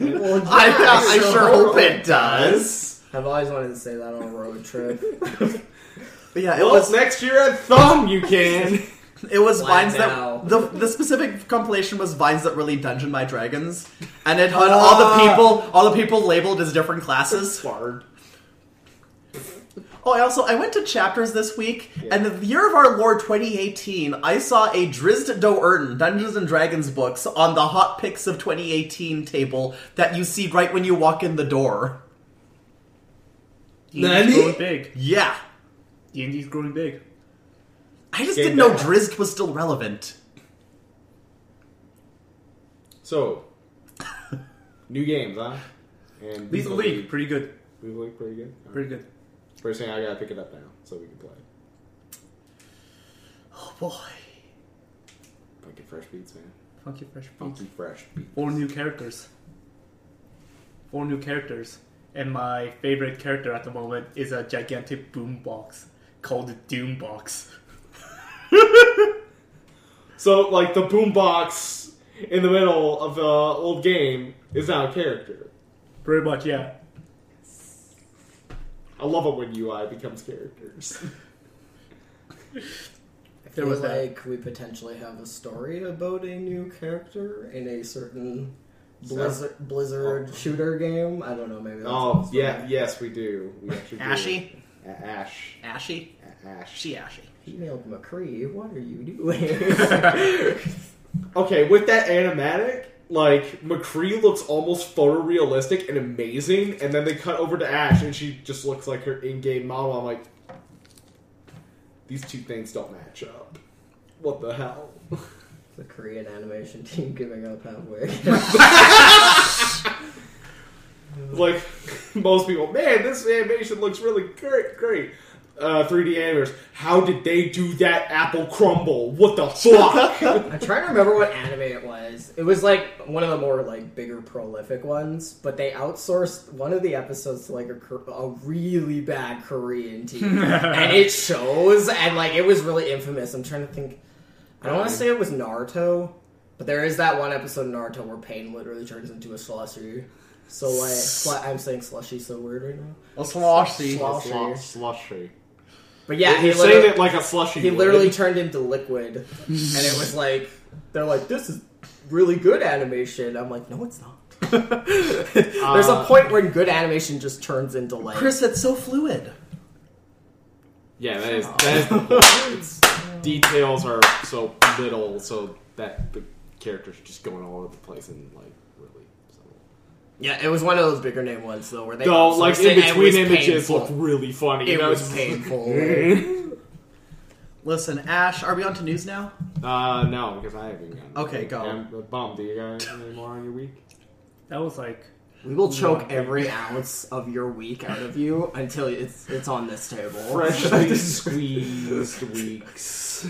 [SPEAKER 3] Well,
[SPEAKER 2] I, I
[SPEAKER 3] yes.
[SPEAKER 2] sure hope it does.
[SPEAKER 3] I've always wanted to say that on a road trip.
[SPEAKER 2] But yeah, it
[SPEAKER 1] Well,
[SPEAKER 2] was
[SPEAKER 1] next year at Thumb you can.
[SPEAKER 2] it was
[SPEAKER 3] Why
[SPEAKER 2] vines
[SPEAKER 3] now?
[SPEAKER 2] that the the specific compilation was vines that really dungeon my dragons, and it had all
[SPEAKER 1] Ah.
[SPEAKER 2] the people all the people labeled as different classes.
[SPEAKER 1] Bard.
[SPEAKER 2] Oh, I also I went to chapters this week,
[SPEAKER 1] Yeah.
[SPEAKER 2] and the year of our Lord 2018, I saw a Drizzt Do Erden Dungeons and Dragons books on the Hot Picks of 2018 table that you see right when you walk in the door.
[SPEAKER 4] D&D's growing big.
[SPEAKER 2] Yeah,
[SPEAKER 4] D&D's growing big.
[SPEAKER 2] I just
[SPEAKER 1] Game
[SPEAKER 2] didn't know
[SPEAKER 1] back.
[SPEAKER 2] Drizzt was still relevant.
[SPEAKER 1] So, new games, huh? And
[SPEAKER 4] Lead the league, pretty good.
[SPEAKER 1] League League pretty good. All right.
[SPEAKER 4] Pretty good.
[SPEAKER 1] First thing I gotta pick it up now so we can play. it.
[SPEAKER 2] Oh boy,
[SPEAKER 1] Fucking fresh beats, man.
[SPEAKER 4] Funky fresh beats.
[SPEAKER 1] Funky fresh beats.
[SPEAKER 4] Four new characters. Four new characters. And my favorite character at the moment is a gigantic boombox called Doombox.
[SPEAKER 1] So, like the boombox in the middle of the old game is now a character.
[SPEAKER 4] Pretty much, yeah.
[SPEAKER 1] I love it when UI becomes characters.
[SPEAKER 4] There was that.
[SPEAKER 3] like we potentially have a story about a new character in a certain Blizzard,
[SPEAKER 2] Oh.
[SPEAKER 3] Blizzard shooter game. I don't know. Maybe. That's
[SPEAKER 1] oh yeah, yes we do. We actually do.
[SPEAKER 2] Ashy,
[SPEAKER 1] A- Ash.
[SPEAKER 2] Ashy,
[SPEAKER 1] A- Ash.
[SPEAKER 2] she Ashy.
[SPEAKER 3] Emailed McCree. What are you doing?
[SPEAKER 1] Okay, with that animatic, like McCree looks almost photorealistic and amazing, and then they cut over to Ash, and she just looks like her in-game model. I'm like, these two things don't match up. What the hell?
[SPEAKER 3] the Korean animation team giving up halfway.
[SPEAKER 1] like most people, man, this animation looks really great. Great. Uh, 3D animators. How did they do that apple crumble? What the fuck?
[SPEAKER 3] I'm trying to remember what anime it was. It was like one of the more like bigger prolific ones, but they outsourced one of the episodes to like a, Kor- a really bad Korean team, and it shows. And like it was really infamous. I'm trying to think. I don't want to say it was Naruto, but there is that one episode in Naruto where Pain literally turns into a slushy. So like, slu- I'm saying slushy so weird right now.
[SPEAKER 2] Oh, sloshy.
[SPEAKER 3] Sloshy.
[SPEAKER 1] slushy.
[SPEAKER 3] But yeah,
[SPEAKER 1] You're
[SPEAKER 3] he
[SPEAKER 1] saying
[SPEAKER 3] literally,
[SPEAKER 1] it like a slushy.
[SPEAKER 3] he
[SPEAKER 1] would.
[SPEAKER 3] literally turned into liquid, and it was like they're like, "This is really good animation." I'm like, "No, it's not." There's a
[SPEAKER 1] Uh,
[SPEAKER 3] point when good animation just turns into like.
[SPEAKER 2] Chris, that's so fluid.
[SPEAKER 1] Yeah, that is that is the point. It's, details are so little, so that the characters are just going all over the place and like really. So.
[SPEAKER 3] yeah, it was one of those bigger name ones though, where they
[SPEAKER 1] No,
[SPEAKER 3] outsourced
[SPEAKER 1] like
[SPEAKER 3] it, and
[SPEAKER 1] in
[SPEAKER 3] it was
[SPEAKER 1] between images
[SPEAKER 3] painful.
[SPEAKER 1] look really funny.
[SPEAKER 3] It
[SPEAKER 1] That
[SPEAKER 3] was painful. like,
[SPEAKER 2] Listen, Ash, are we on to news now?
[SPEAKER 1] Uh, no, because I haven't gotten.
[SPEAKER 2] Okay, go.
[SPEAKER 1] I'm bummed. Do you guys have any more on your week?
[SPEAKER 4] That was like,
[SPEAKER 3] we will choke every ounce of your week out of you until it's it's on this table.
[SPEAKER 1] Freshly squeezed weeks.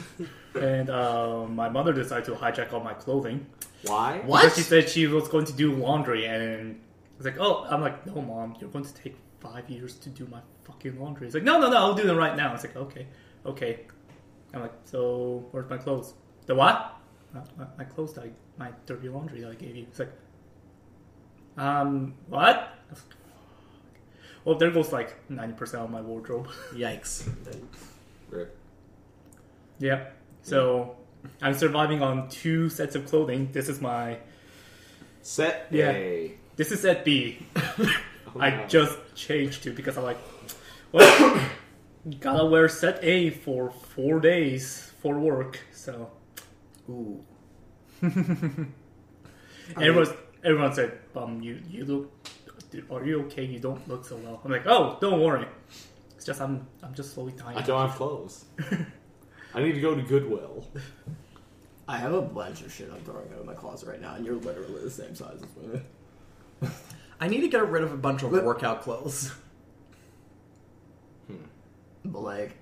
[SPEAKER 4] and uh, my mother decided to hijack all my clothing.
[SPEAKER 1] Why?
[SPEAKER 4] Because
[SPEAKER 2] What?
[SPEAKER 4] she said she was going to do laundry, and was like, oh, I'm like, no, mom, you're going to take five years to do my fucking laundry. It's like, no, no, no, I'll do them right now. It's like, okay, okay. I'm like, so where's my clothes? The what? "Uh, My, my clothes, that I, my dirty laundry that I gave you. It's like, um, what? I was like, "Fuck." Well, there goes like 90% of my wardrobe.
[SPEAKER 2] Yikes.
[SPEAKER 1] Rip.
[SPEAKER 4] Yeah. So I'm surviving on two sets of clothing. This is my
[SPEAKER 1] Set
[SPEAKER 4] Yeah.
[SPEAKER 1] A.
[SPEAKER 4] this is set B. I
[SPEAKER 1] wow.
[SPEAKER 4] just changed to because I'm like, well, gotta wear set A for four days for work. So
[SPEAKER 2] Ooh.
[SPEAKER 4] everyone everyone said, um, you you look, are you okay? You don't look so well. I'm like, oh, don't worry. It's just I'm I'm just slowly dying.
[SPEAKER 1] I don't have clothes. I need to go to Goodwill.
[SPEAKER 3] I have a bunch of shit I'm throwing out of my closet right now, and you're literally the same size as me.
[SPEAKER 2] I need to get rid of a bunch of workout clothes.
[SPEAKER 3] But like,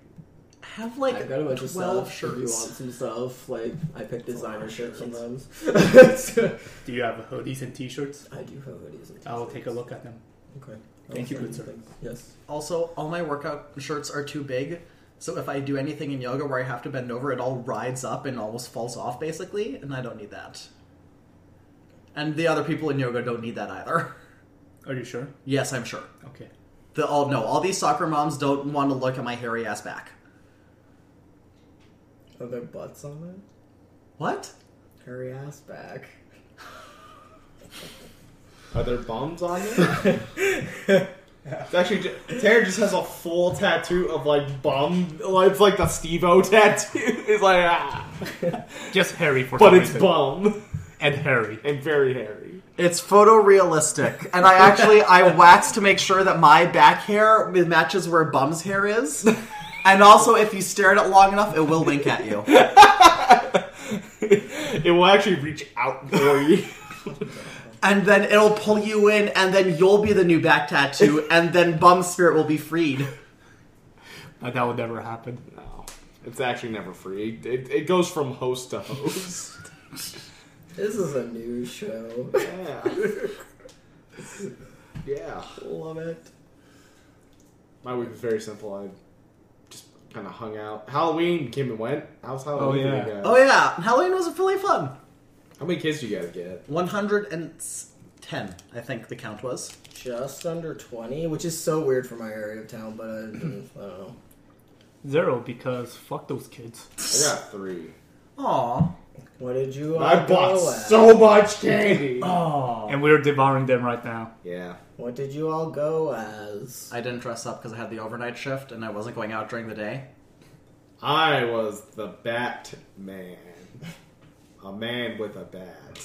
[SPEAKER 2] Have like
[SPEAKER 3] I've got a bunch of
[SPEAKER 2] twelve
[SPEAKER 3] stuff. If you
[SPEAKER 2] shirts.
[SPEAKER 3] want some stuff, like I pick designer shirts
[SPEAKER 2] shirts.
[SPEAKER 3] sometimes.
[SPEAKER 4] Do you have hoodies and t-shirts?
[SPEAKER 3] I do have hoodies. And
[SPEAKER 4] I'll
[SPEAKER 7] Oh,
[SPEAKER 3] t-shirts.
[SPEAKER 4] take a look at them.
[SPEAKER 3] Okay.
[SPEAKER 4] Thank you,
[SPEAKER 3] I'll
[SPEAKER 4] good
[SPEAKER 3] send
[SPEAKER 4] sir.
[SPEAKER 3] things. Yes.
[SPEAKER 2] Also, all my workout shirts are too big, so if I do anything in yoga where I have to bend over, it all rides up and almost falls off, basically, and I don't need that. And the other people in yoga don't need that either.
[SPEAKER 4] Are you sure?
[SPEAKER 2] Yes, I'm sure.
[SPEAKER 4] Okay.
[SPEAKER 2] The all no, all these soccer moms don't want to look at my hairy ass back.
[SPEAKER 3] Are there butts on
[SPEAKER 2] What?
[SPEAKER 3] it? Hurry ass back.
[SPEAKER 1] Are there bums on there? it's actually ju- Tanner just has a full tattoo of like bum. Like, It's like the Stevo tattoo. It's like ah,
[SPEAKER 7] Just hairy for
[SPEAKER 1] but
[SPEAKER 7] some
[SPEAKER 1] it's
[SPEAKER 7] reason.
[SPEAKER 1] bum
[SPEAKER 7] and hairy.
[SPEAKER 1] and very hairy.
[SPEAKER 2] It's photorealistic, and I actually I waxed to make sure that my back hair matches where Bum's hair is. And also, if you stare at it long enough, it will wink at you.
[SPEAKER 1] It will actually reach out for you.
[SPEAKER 2] and then it'll pull you in, and then you'll be the new back tattoo, and then bum spirit will be freed.
[SPEAKER 7] But that would never happen.
[SPEAKER 1] no, it's actually never free. It, it goes from host to host.
[SPEAKER 3] This is a new show.
[SPEAKER 1] Yeah. yeah.
[SPEAKER 3] Love it.
[SPEAKER 1] My week was very simple. I just kind of hung out. Halloween came and went. How's Halloween?
[SPEAKER 7] Oh, yeah.
[SPEAKER 1] for you guys?
[SPEAKER 2] Oh yeah, Halloween was really fun.
[SPEAKER 1] How many kids do you guys get?
[SPEAKER 2] One hundred and ten, I think the count was.
[SPEAKER 3] Just under twenty, which is so weird for my area of town, but I, I don't know.
[SPEAKER 7] Zero because fuck those kids.
[SPEAKER 1] I got three.
[SPEAKER 2] Aw,
[SPEAKER 3] What did you?
[SPEAKER 1] I
[SPEAKER 3] all
[SPEAKER 1] bought
[SPEAKER 3] go at?
[SPEAKER 1] so much candy.
[SPEAKER 7] And we're devouring them right now.
[SPEAKER 1] Yeah.
[SPEAKER 3] What did you all go as?
[SPEAKER 2] I didn't dress up because I had the overnight shift and I wasn't going out during the day.
[SPEAKER 1] I was the Batman. A man with a bat.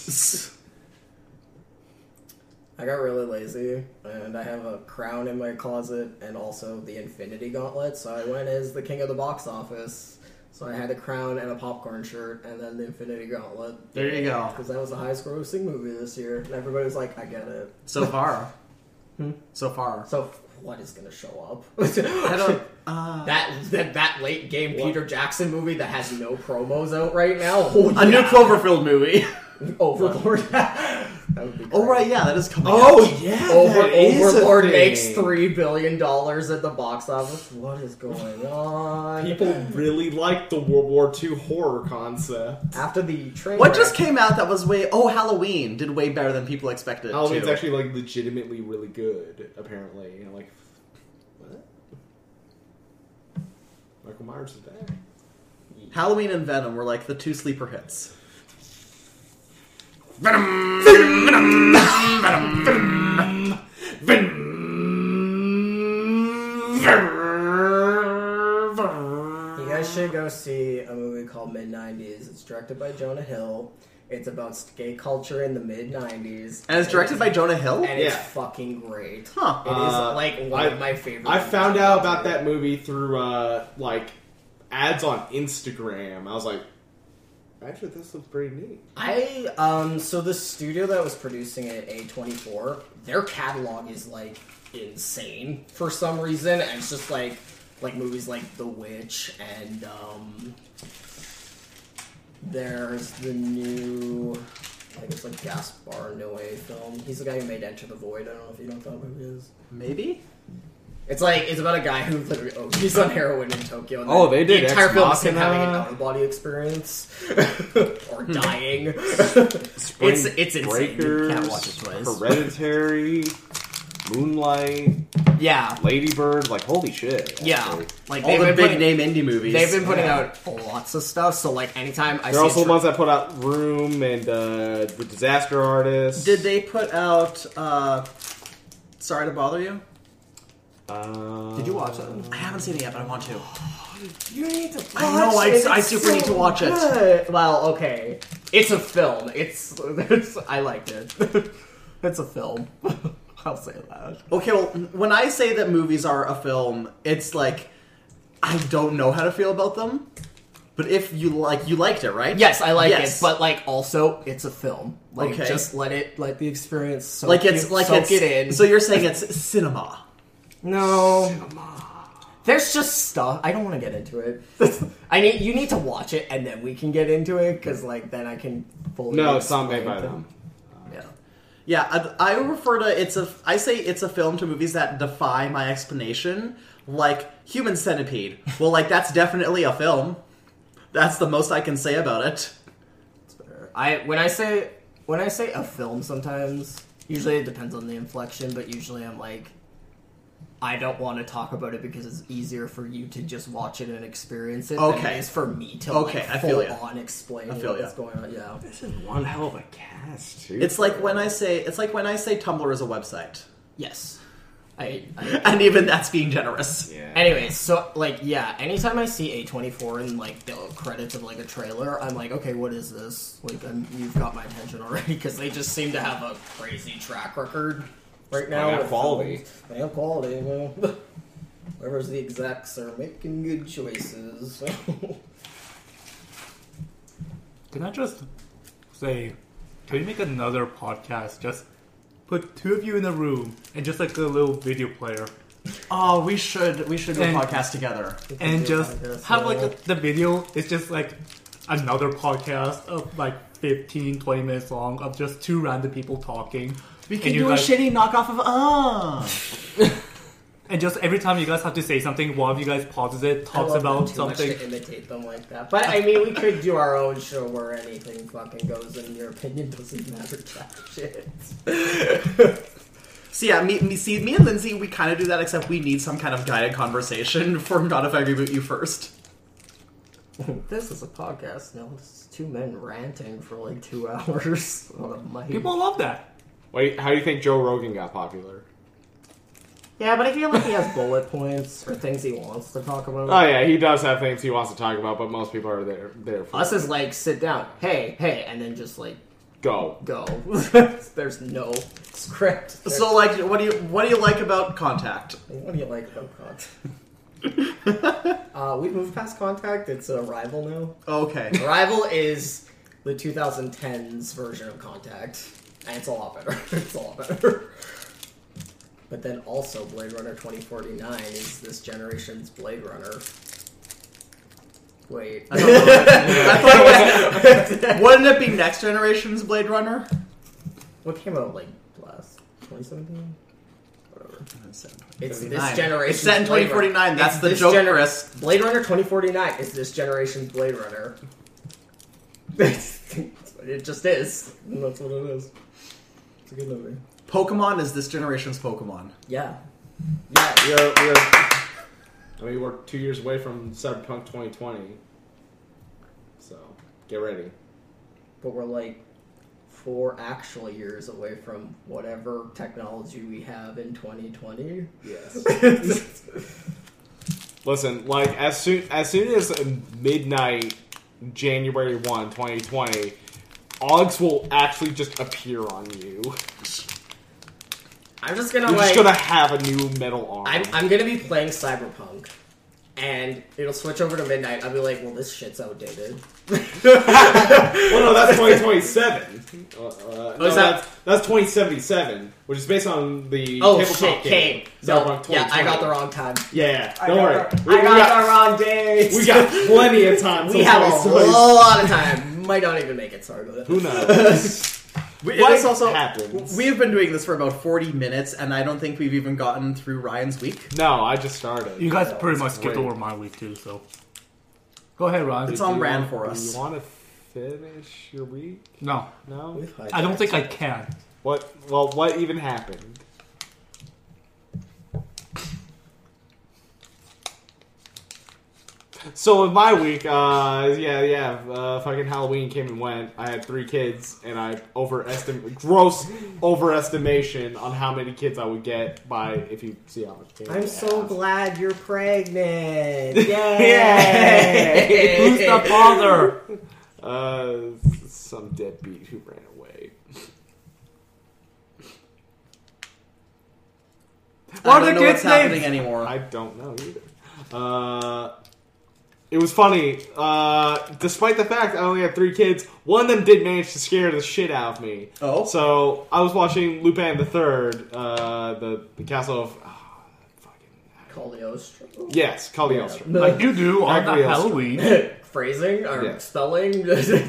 [SPEAKER 3] I got really lazy, and I have a crown in my closet, and also the Infinity Gauntlet. So I went as the King of the Box Office. So I had a crown and a popcorn shirt, and then the Infinity Gauntlet.
[SPEAKER 2] There you go.
[SPEAKER 3] Because that was the highest grossing movie this year, and everybody was like, "I get it."
[SPEAKER 2] So far, so far.
[SPEAKER 3] So what is going to show up? I
[SPEAKER 2] I don't. Uh,
[SPEAKER 3] That, that that late game Peter Jackson movie that has no promos out right now. Oh,
[SPEAKER 2] a new Cloverfield movie.
[SPEAKER 3] new Overlord. that would be
[SPEAKER 2] oh
[SPEAKER 3] great.
[SPEAKER 2] right, yeah, that is coming. out.
[SPEAKER 1] Oh, yeah.
[SPEAKER 3] Over, Overlord makes
[SPEAKER 1] thing.
[SPEAKER 3] three billion dollars at the box office. What is going on?
[SPEAKER 1] People really like the World War II horror concept.
[SPEAKER 3] After the train,
[SPEAKER 2] What just
[SPEAKER 3] wreck,
[SPEAKER 2] came out that was way? Oh, Halloween did way better than people expected. it
[SPEAKER 1] Halloween's
[SPEAKER 2] to.
[SPEAKER 1] actually like legitimately really good, apparently. You know, like what? Michael Myers is back.
[SPEAKER 2] Halloween and Venom were like the two sleeper hits.
[SPEAKER 3] You guys should go see a movie called Mid Nineties. It's directed by Jonah Hill. It's about gay culture in the mid nineties,
[SPEAKER 2] And it's directed by Jonah Hill?
[SPEAKER 3] and
[SPEAKER 1] Yeah.
[SPEAKER 3] it's fucking great.
[SPEAKER 2] Huh.
[SPEAKER 3] It is
[SPEAKER 1] Uh,
[SPEAKER 3] like one
[SPEAKER 1] I-
[SPEAKER 3] of my favorite.
[SPEAKER 1] I
[SPEAKER 3] movies
[SPEAKER 1] found
[SPEAKER 3] of
[SPEAKER 1] out
[SPEAKER 3] all
[SPEAKER 1] about
[SPEAKER 3] time.
[SPEAKER 1] that movie through uh like ads on Instagram. I was like, actually, this looks pretty neat.
[SPEAKER 3] I um so the studio that was producing it, A24, their catalog is like insane for some reason, and it's just like like movies like The Witch and um there's the new I think it's like Gaspar Noé film. He's the guy who made Enter the Void. I don't know if you know what that movie is.
[SPEAKER 2] Maybe?
[SPEAKER 3] It's like it's about a guy who literally oh, he's on heroin in Tokyo. And
[SPEAKER 8] Oh,
[SPEAKER 3] the-
[SPEAKER 8] they did
[SPEAKER 3] the entire
[SPEAKER 8] Ex
[SPEAKER 3] film is him
[SPEAKER 8] Machina.
[SPEAKER 3] having an out of body experience or dying.
[SPEAKER 8] Hmm. Spring
[SPEAKER 3] it's it's insane.
[SPEAKER 8] Breakers,
[SPEAKER 2] Can't watch it twice.
[SPEAKER 8] Hereditary, Moonlight,
[SPEAKER 3] Yeah,
[SPEAKER 8] Ladybird. Like holy shit.
[SPEAKER 3] yeah.
[SPEAKER 8] actually.
[SPEAKER 3] Like
[SPEAKER 2] All
[SPEAKER 3] they've
[SPEAKER 2] the
[SPEAKER 3] been
[SPEAKER 2] big name
[SPEAKER 3] putting,
[SPEAKER 2] indie movies.
[SPEAKER 3] they've been putting
[SPEAKER 8] yeah.
[SPEAKER 3] out lots of stuff. So like anytime I
[SPEAKER 1] They're
[SPEAKER 3] see
[SPEAKER 1] also
[SPEAKER 3] a
[SPEAKER 1] the
[SPEAKER 3] tra-
[SPEAKER 1] ones that put out Room and uh, the Disaster Artist.
[SPEAKER 2] Did they put out uh Sorry to bother you?
[SPEAKER 1] Uh,
[SPEAKER 8] Did you watch that?
[SPEAKER 2] I haven't seen it yet, but I want to.
[SPEAKER 3] you need to. Watch
[SPEAKER 2] I know, I-
[SPEAKER 3] it.
[SPEAKER 2] I
[SPEAKER 3] It's
[SPEAKER 2] super need to watch it.
[SPEAKER 3] good. Well, okay, it's a film. It's, it's I liked it. it's a film. I'll say that.
[SPEAKER 2] Okay, well, when I say that movies are a film, it's like I don't know how to feel about them. But if you like, you liked it, right?
[SPEAKER 3] Yes, I like
[SPEAKER 2] Yes.
[SPEAKER 3] it, but like also it's a film. Like
[SPEAKER 2] Okay.
[SPEAKER 3] just let it let the experience soak
[SPEAKER 2] like it's
[SPEAKER 3] you-
[SPEAKER 2] like
[SPEAKER 3] soak
[SPEAKER 2] it's
[SPEAKER 3] it in.
[SPEAKER 2] So you're saying it's cinema?
[SPEAKER 3] no. There's just stuff. I don't want to get into it. I need you need to watch it and then we can get into it because like then I can fully.
[SPEAKER 1] no, it's not made
[SPEAKER 3] explain
[SPEAKER 1] by
[SPEAKER 3] to-
[SPEAKER 1] them.
[SPEAKER 3] Yeah.
[SPEAKER 2] Yeah, I, I refer to it's a. I say it's a film to movies that defy my explanation, like Human Centipede. well, like that's definitely a film. That's the most I can say about it.
[SPEAKER 3] I when I say when I say a film sometimes usually it depends on the inflection, but usually I'm like I don't want to talk about it because it's easier for you to just watch it and experience it. than
[SPEAKER 2] Okay.
[SPEAKER 3] it is for me to
[SPEAKER 2] Okay,
[SPEAKER 3] like,
[SPEAKER 2] I
[SPEAKER 3] full
[SPEAKER 2] feel ya.
[SPEAKER 3] on explain
[SPEAKER 2] I feel ya.
[SPEAKER 3] what's going on. Yeah,
[SPEAKER 8] This is one hell of a cast, too.
[SPEAKER 2] It's like when I say it's like when I say Tumblr is a website,
[SPEAKER 3] yes. I, I
[SPEAKER 2] and even that's being generous.
[SPEAKER 8] Yeah.
[SPEAKER 3] anyways, so like yeah, anytime I see A twenty four in like the credits of like a trailer, I'm like, okay, what is this? Like, I'm, you've got my attention already because they just seem to have a crazy track record right now.
[SPEAKER 8] got
[SPEAKER 3] with
[SPEAKER 8] quality.
[SPEAKER 3] films. They have quality. Well, whereas the execs are making good choices.
[SPEAKER 7] Can I just say, can we make another podcast? Just put two of you in a room and just like a little video player,
[SPEAKER 2] Oh, we should we should do
[SPEAKER 7] And-
[SPEAKER 2] a podcast together.
[SPEAKER 7] and
[SPEAKER 3] do a
[SPEAKER 7] just
[SPEAKER 3] podcast,
[SPEAKER 7] have like
[SPEAKER 3] yeah.
[SPEAKER 7] a, the video is just like another podcast of like 15, 20 minutes long of just two random people talking.
[SPEAKER 2] We
[SPEAKER 7] And
[SPEAKER 2] can
[SPEAKER 7] you
[SPEAKER 2] do a
[SPEAKER 7] guys-
[SPEAKER 2] shitty knockoff of Ah.
[SPEAKER 7] And just every time you guys have to say something, one of you guys pauses
[SPEAKER 3] I
[SPEAKER 7] it, talks
[SPEAKER 3] love them
[SPEAKER 7] about
[SPEAKER 3] too much
[SPEAKER 7] something.
[SPEAKER 3] to imitate them like that. But I mean, we could do our own show where anything fucking goes, and your opinion doesn't matter. Type shit.
[SPEAKER 2] So yeah, me, me see me and Lindsay, we kind of do that, except we need some kind of guided conversation for not if I reboot you first.
[SPEAKER 3] This is a podcast now. This is two men ranting for like two hours on a mic.
[SPEAKER 7] People love that.
[SPEAKER 1] Wait, how do you think Joe Rogan got popular?
[SPEAKER 3] Yeah, but I feel like he has bullet points or things he wants to talk about.
[SPEAKER 1] Oh yeah, he does have things he wants to talk about, but most people are there there for
[SPEAKER 3] Us is like sit down, hey, hey, and then just like
[SPEAKER 1] go.
[SPEAKER 3] go. There's no script. There's-
[SPEAKER 2] So like, what do you what do you like about Contact?
[SPEAKER 3] what do you like about contact? uh, we moved past contact. It's a rival now.
[SPEAKER 2] Okay.
[SPEAKER 3] Rival is the 2010s version of Contact, and it's a lot better. it's a lot better. But then also Blade Runner 2049 is this generation's Blade Runner. Wait,
[SPEAKER 2] I thought it was. Wouldn't it be next generation's Blade Runner?
[SPEAKER 3] what came out like last 2017? Whatever. It's this
[SPEAKER 2] 39.
[SPEAKER 3] generation.
[SPEAKER 2] It's set in 2049. That's the joke, Chris.
[SPEAKER 3] Blade Runner 2049 is this generation's Blade Runner. it just is. And that's what it is. It's a good movie.
[SPEAKER 2] Pokemon is this generation's Pokemon.
[SPEAKER 3] Yeah. Yeah.
[SPEAKER 1] We are, we are, I mean, we're two years away from Cyberpunk 2020, so get ready.
[SPEAKER 3] But we're like four actual years away from whatever technology we have in 2020.
[SPEAKER 1] Yes. Listen, like as soon as soon as midnight, January 1, 2020, Alex will actually just appear on you.
[SPEAKER 3] I'm just gonna
[SPEAKER 1] You're
[SPEAKER 3] like.
[SPEAKER 1] just gonna have a new metal arm.
[SPEAKER 3] I'm, I'm gonna be playing Cyberpunk. And it'll switch over to midnight. I'll be like, well, this shit's outdated.
[SPEAKER 1] well, no, that's 2027. Uh, uh, no,
[SPEAKER 3] Oh, is that-
[SPEAKER 1] that's, that's 2077, which is based on the
[SPEAKER 3] Oh
[SPEAKER 1] tabletop
[SPEAKER 3] shit,
[SPEAKER 1] game,
[SPEAKER 3] Kane. No,
[SPEAKER 1] Cyberpunk
[SPEAKER 3] yeah, I got
[SPEAKER 1] 2020.
[SPEAKER 3] the wrong time.
[SPEAKER 1] Yeah, don't worry. We,
[SPEAKER 3] I
[SPEAKER 1] we
[SPEAKER 3] got,
[SPEAKER 1] got,
[SPEAKER 3] the wrong days.
[SPEAKER 1] we got plenty of time.
[SPEAKER 3] We
[SPEAKER 1] till
[SPEAKER 3] have a
[SPEAKER 1] 2020.
[SPEAKER 3] lot of time. Might not even make it. Sorry about that.
[SPEAKER 1] Who knows?
[SPEAKER 2] We,
[SPEAKER 1] Life
[SPEAKER 2] this also
[SPEAKER 1] happens.
[SPEAKER 2] We have been doing this for about forty minutes, and I don't think we've even gotten through Ryan's week.
[SPEAKER 1] No, I just started.
[SPEAKER 7] You guys
[SPEAKER 1] Oh,
[SPEAKER 7] pretty
[SPEAKER 1] it's
[SPEAKER 7] much skipped
[SPEAKER 1] great.
[SPEAKER 7] over my week too, so go ahead, Ron.
[SPEAKER 2] It's on
[SPEAKER 1] Do you
[SPEAKER 2] brand
[SPEAKER 1] want-
[SPEAKER 2] for
[SPEAKER 1] Do
[SPEAKER 2] us.
[SPEAKER 1] you want to finish your week?
[SPEAKER 7] No,
[SPEAKER 1] No.
[SPEAKER 7] I don't think I can.
[SPEAKER 1] What? Well, what even happened? So in my week, uh, yeah, yeah, uh, fucking Halloween came and went. I had three kids, and I overestim gross overestimation on how many kids I would get by if you see how much. Kids I
[SPEAKER 9] I'm so
[SPEAKER 1] have.
[SPEAKER 9] glad you're pregnant. Yay!
[SPEAKER 7] Who's the father?
[SPEAKER 1] Uh, some deadbeat who ran away.
[SPEAKER 2] I
[SPEAKER 7] What are
[SPEAKER 2] don't
[SPEAKER 7] the
[SPEAKER 2] know what's
[SPEAKER 7] kids' names?
[SPEAKER 2] happening anymore.
[SPEAKER 1] I don't know either. Uh, it was funny. Uh, despite the fact I only had three kids, one of them did manage to scare the shit out of me.
[SPEAKER 2] Oh.
[SPEAKER 1] So I was watching Lupin the Third, uh, the, the Castle of. ah, fucking,
[SPEAKER 3] Coleostro.
[SPEAKER 1] yes, call the Elster.
[SPEAKER 7] Like you do on the
[SPEAKER 1] Angry Elster.
[SPEAKER 7] Halloween.
[SPEAKER 3] Phrasing or
[SPEAKER 1] Yeah.
[SPEAKER 3] spelling?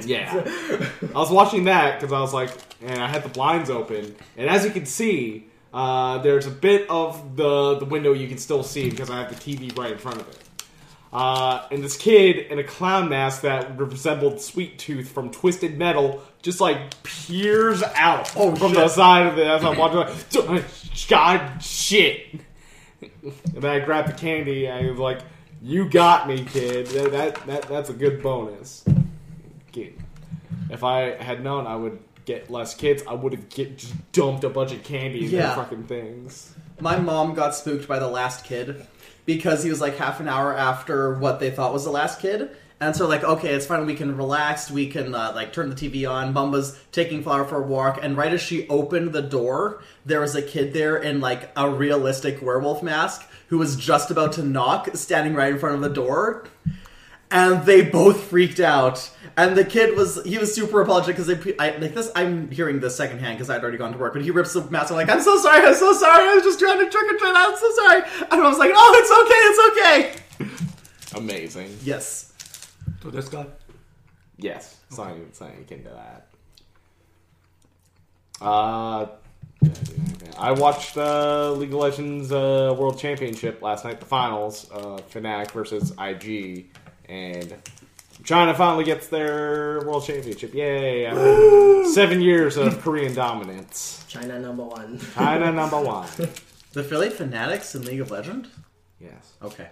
[SPEAKER 1] Yeah. I was watching that because I was like, and I had the blinds open, and as you can see, uh, there's a bit of the the window you can still see because I have the TV right in front of it. Uh, and this kid in a clown mask that resembled Sweet Tooth from Twisted Metal just like peers out
[SPEAKER 2] Oh,
[SPEAKER 1] from
[SPEAKER 2] shit.
[SPEAKER 1] the side of it as I'm watching. Like, God shit! And then I grabbed the candy. and I was like, "You got me, kid. That that, that that's a good bonus." Kid. If I had known I would get less kids, I would have get just dumped a bunch of candy in
[SPEAKER 2] Yeah.
[SPEAKER 1] their fucking things.
[SPEAKER 2] My mom got spooked by the last kid because he was like half an hour after what they thought was the last kid. And so, like, okay, it's fine. We can relax. We can uh, like turn the TV on. Bumba's taking Flower for a walk, and right as she opened the door, there was a kid there in like a realistic werewolf mask who was just about to knock, standing right in front of the door and they both freaked out. And the kid was he was super apologetic because I like this. I'm hearing this secondhand because I'd already gone to work. But he rips the mask. I'm like, I'm so sorry. I'm so sorry. I was just trying to trick or treat. I'm so sorry. And I was like, oh, it's okay. It's okay.
[SPEAKER 1] Amazing.
[SPEAKER 2] Yes.
[SPEAKER 7] So this guy.
[SPEAKER 1] Yes. It's not even saying akin to that. Uh, I watched uh, League of Legends uh, World Championship last night, the finals, uh, Fnatic versus IG, and China finally gets their World Championship. Yay! After seven years of Korean dominance.
[SPEAKER 3] China number one.
[SPEAKER 1] China number one.
[SPEAKER 2] The Philly Fanatics in League of Legend.
[SPEAKER 1] Yes.
[SPEAKER 2] Okay.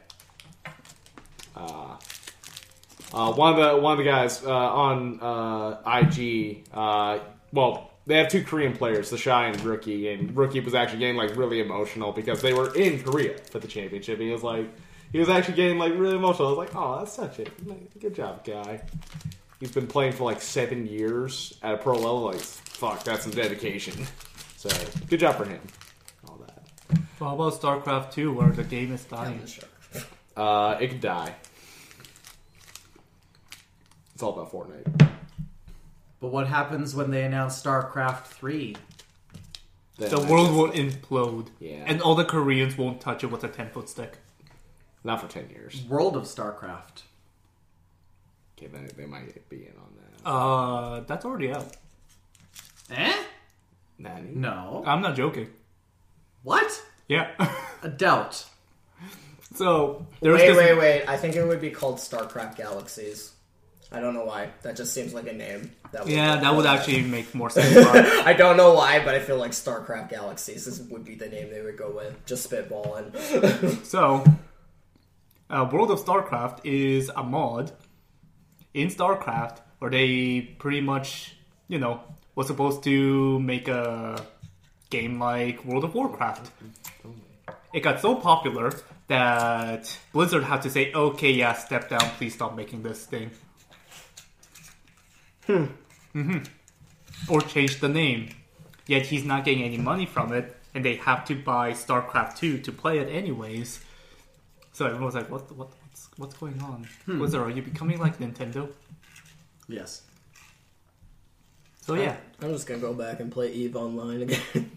[SPEAKER 1] Uh, one of the one of the guys uh, on uh, IG. Uh, well, they have two Korean players, the Shy and Rookie, and Rookie was actually getting like really emotional because they were in Korea for the championship. He was like, he was actually getting like really emotional. I was like, oh, that's such it. Like, Good job, guy. He's been playing for like seven years at a pro level. Like, fuck, that's some dedication. So, good job for him. All that.
[SPEAKER 7] Well, how about StarCraft 2 where the game is dying?
[SPEAKER 1] Uh, it could die. It's all about Fortnite.
[SPEAKER 2] But what happens when they announce StarCraft three?
[SPEAKER 1] Then uh,
[SPEAKER 7] The
[SPEAKER 1] I
[SPEAKER 7] world
[SPEAKER 1] just-
[SPEAKER 7] will implode.
[SPEAKER 1] Yeah.
[SPEAKER 7] And all the Koreans won't touch it with a 10 foot stick.
[SPEAKER 1] Not for ten years.
[SPEAKER 2] World of StarCraft.
[SPEAKER 1] Okay, then they might be in on that.
[SPEAKER 7] Uh, that's already out.
[SPEAKER 2] Eh?
[SPEAKER 1] Nanny?
[SPEAKER 2] No.
[SPEAKER 7] I'm not joking.
[SPEAKER 2] What?
[SPEAKER 7] Yeah.
[SPEAKER 2] A doubt.
[SPEAKER 7] so, there's
[SPEAKER 3] Wait,
[SPEAKER 7] this-
[SPEAKER 3] wait, wait. I think it would be called StarCraft Galaxies. I don't know why. That just seems like a name. That would
[SPEAKER 7] Yeah, that would actually make more sense.
[SPEAKER 3] I don't know why, but I feel like StarCraft Galaxies is, would be the name they would go with. Just spitballing.
[SPEAKER 7] So, uh, World of StarCraft is a mod in StarCraft where they pretty much, you know, was supposed to make a game like World of Warcraft. It got so popular that Blizzard had to say, okay, yeah, step down, please stop making this thing. Hmm. hmm Or change the name. Yet he's not getting any money from it, and they have to buy StarCraft 2 to play it anyways. So everyone's like, what, what, what's, what's going on?
[SPEAKER 1] Hmm.
[SPEAKER 7] Blizzard, are you becoming like Nintendo?
[SPEAKER 2] Yes.
[SPEAKER 7] So yeah.
[SPEAKER 3] I'm just gonna go back and play Eve Online again.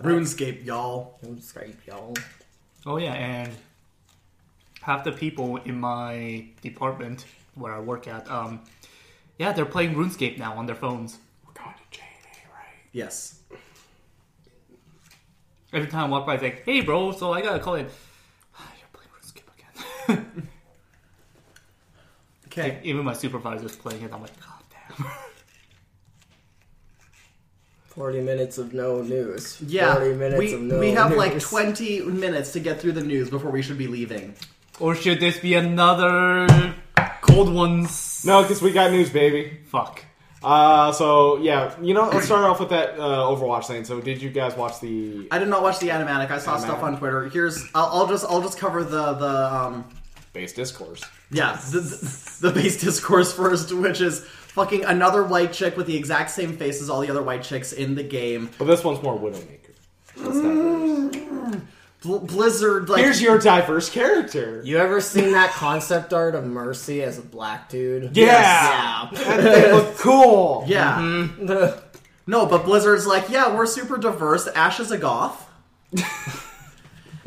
[SPEAKER 2] RuneScape, y'all.
[SPEAKER 3] I'm sorry, y'all.
[SPEAKER 7] Oh yeah, and half the people in my department where I work at, um, yeah, they're playing RuneScape now on their phones.
[SPEAKER 8] going to J and A, right?
[SPEAKER 2] Yes.
[SPEAKER 7] Every time I walk by, it's like, hey, bro, so I gotta call it. You're playing Root Skip again.
[SPEAKER 2] Okay.
[SPEAKER 7] Even my supervisor's playing it. I'm like, god damn.
[SPEAKER 3] 40 minutes of no news.
[SPEAKER 2] Yeah.
[SPEAKER 3] 40 minutes
[SPEAKER 2] we,
[SPEAKER 3] of no
[SPEAKER 2] we have
[SPEAKER 3] news.
[SPEAKER 2] like 20 minutes to get through the news before we should be leaving.
[SPEAKER 7] or should this be another Cold Ones?
[SPEAKER 1] No, because we got news, baby.
[SPEAKER 7] Fuck.
[SPEAKER 1] Uh, so yeah, you know, let's start off with that uh, Overwatch thing. So, did you guys watch the?
[SPEAKER 2] I did not watch the animatic. I saw stuff
[SPEAKER 1] Animatic.
[SPEAKER 2] on Twitter. Here's I'll, I'll just I'll just cover the the um
[SPEAKER 1] Base discourse.
[SPEAKER 2] yeah the, the, the base discourse first, which is fucking another white chick with the exact same face as all the other white chicks in the game.
[SPEAKER 1] But this one's more Widowmaker. That's not hers.
[SPEAKER 2] Bl- Blizzard like
[SPEAKER 1] Here's your diverse character.
[SPEAKER 3] You ever seen that concept art of Mercy as a black dude?
[SPEAKER 1] Yeah.
[SPEAKER 3] Yeah.
[SPEAKER 1] That thing looked cool.
[SPEAKER 2] yeah
[SPEAKER 3] Mm-hmm.
[SPEAKER 2] no, but Blizzard's like yeah we're super diverse. Ash is a goth.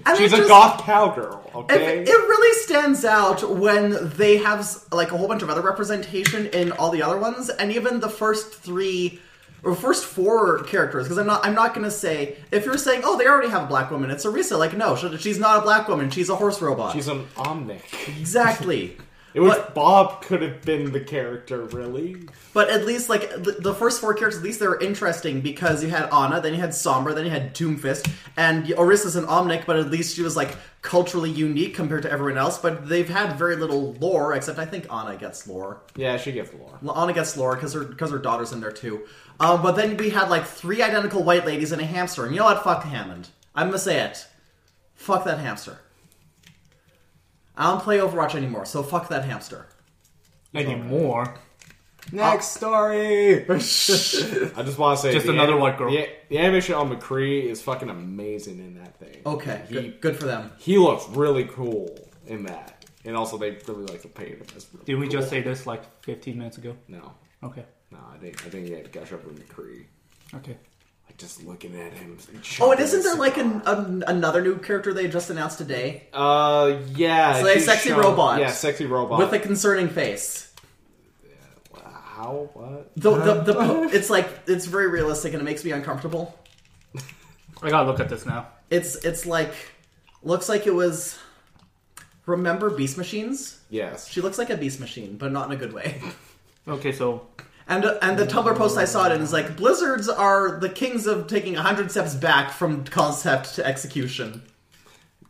[SPEAKER 2] And
[SPEAKER 1] She's
[SPEAKER 2] it
[SPEAKER 1] a
[SPEAKER 2] just-
[SPEAKER 1] goth cowgirl.
[SPEAKER 2] It,
[SPEAKER 1] Okay.
[SPEAKER 2] it really stands out when they have s- like a whole bunch of other representation in all the other ones, and even the first three or first four characters. Because I'm not, I'm not going to say if you're saying, oh, they already have a black woman. It's Arisa. Like, no, she- she's not a black woman. She's a horse robot.
[SPEAKER 1] She's an omnic.
[SPEAKER 2] exactly.
[SPEAKER 1] It was
[SPEAKER 2] But-
[SPEAKER 1] Bob could have been the character, really.
[SPEAKER 2] But at least like the, the first four characters, at least they were interesting because you had Anna, then you had Sombra, then you had Doomfist, and Orissa's an Omnic, but at least she was like culturally unique compared to everyone else. But they've had very little lore, except I think Anna gets lore.
[SPEAKER 1] Yeah, she gets lore.
[SPEAKER 2] Well, Anna gets lore because her because her daughter's in there too. Um, but then we had like three identical white ladies and a hamster, and you know what? Fuck Hammond. I'm gonna say it. Fuck that hamster. I don't play Overwatch anymore, so fuck that hamster. Uh,
[SPEAKER 7] Anymore.
[SPEAKER 8] Next story.
[SPEAKER 1] I just want to say,
[SPEAKER 7] Just
[SPEAKER 1] the
[SPEAKER 7] another white girl.
[SPEAKER 1] The, the animation on McCree is fucking amazing in that thing.
[SPEAKER 2] Okay,
[SPEAKER 1] he
[SPEAKER 2] good, good for them.
[SPEAKER 1] he looks really cool in that, and also they really like to paint him as. Really
[SPEAKER 7] Did we just
[SPEAKER 1] cool.
[SPEAKER 7] say this like 15 minutes ago?
[SPEAKER 1] no?
[SPEAKER 7] Okay.
[SPEAKER 1] No, I think I think he had to gush over McCree.
[SPEAKER 7] Okay.
[SPEAKER 1] Like just looking at him.
[SPEAKER 2] Oh, and isn't there like an, an, another new character they just announced today
[SPEAKER 1] Uh, yeah.
[SPEAKER 2] So they
[SPEAKER 1] he's
[SPEAKER 2] sexy robot.
[SPEAKER 1] Yeah, sexy robot.
[SPEAKER 2] with a concerning face?
[SPEAKER 1] how what?
[SPEAKER 2] The, the, the, po- it's like it's very realistic and it makes me uncomfortable.
[SPEAKER 7] I gotta look at this now.
[SPEAKER 2] It's it's like looks like it was. Remember Beast Machines?
[SPEAKER 1] Yes.
[SPEAKER 2] She looks like a beast machine, but not in a good way.
[SPEAKER 7] Okay, so
[SPEAKER 2] And and the Tumblr post I saw it in is like blizzards are the kings of taking hundred steps back from concept to execution.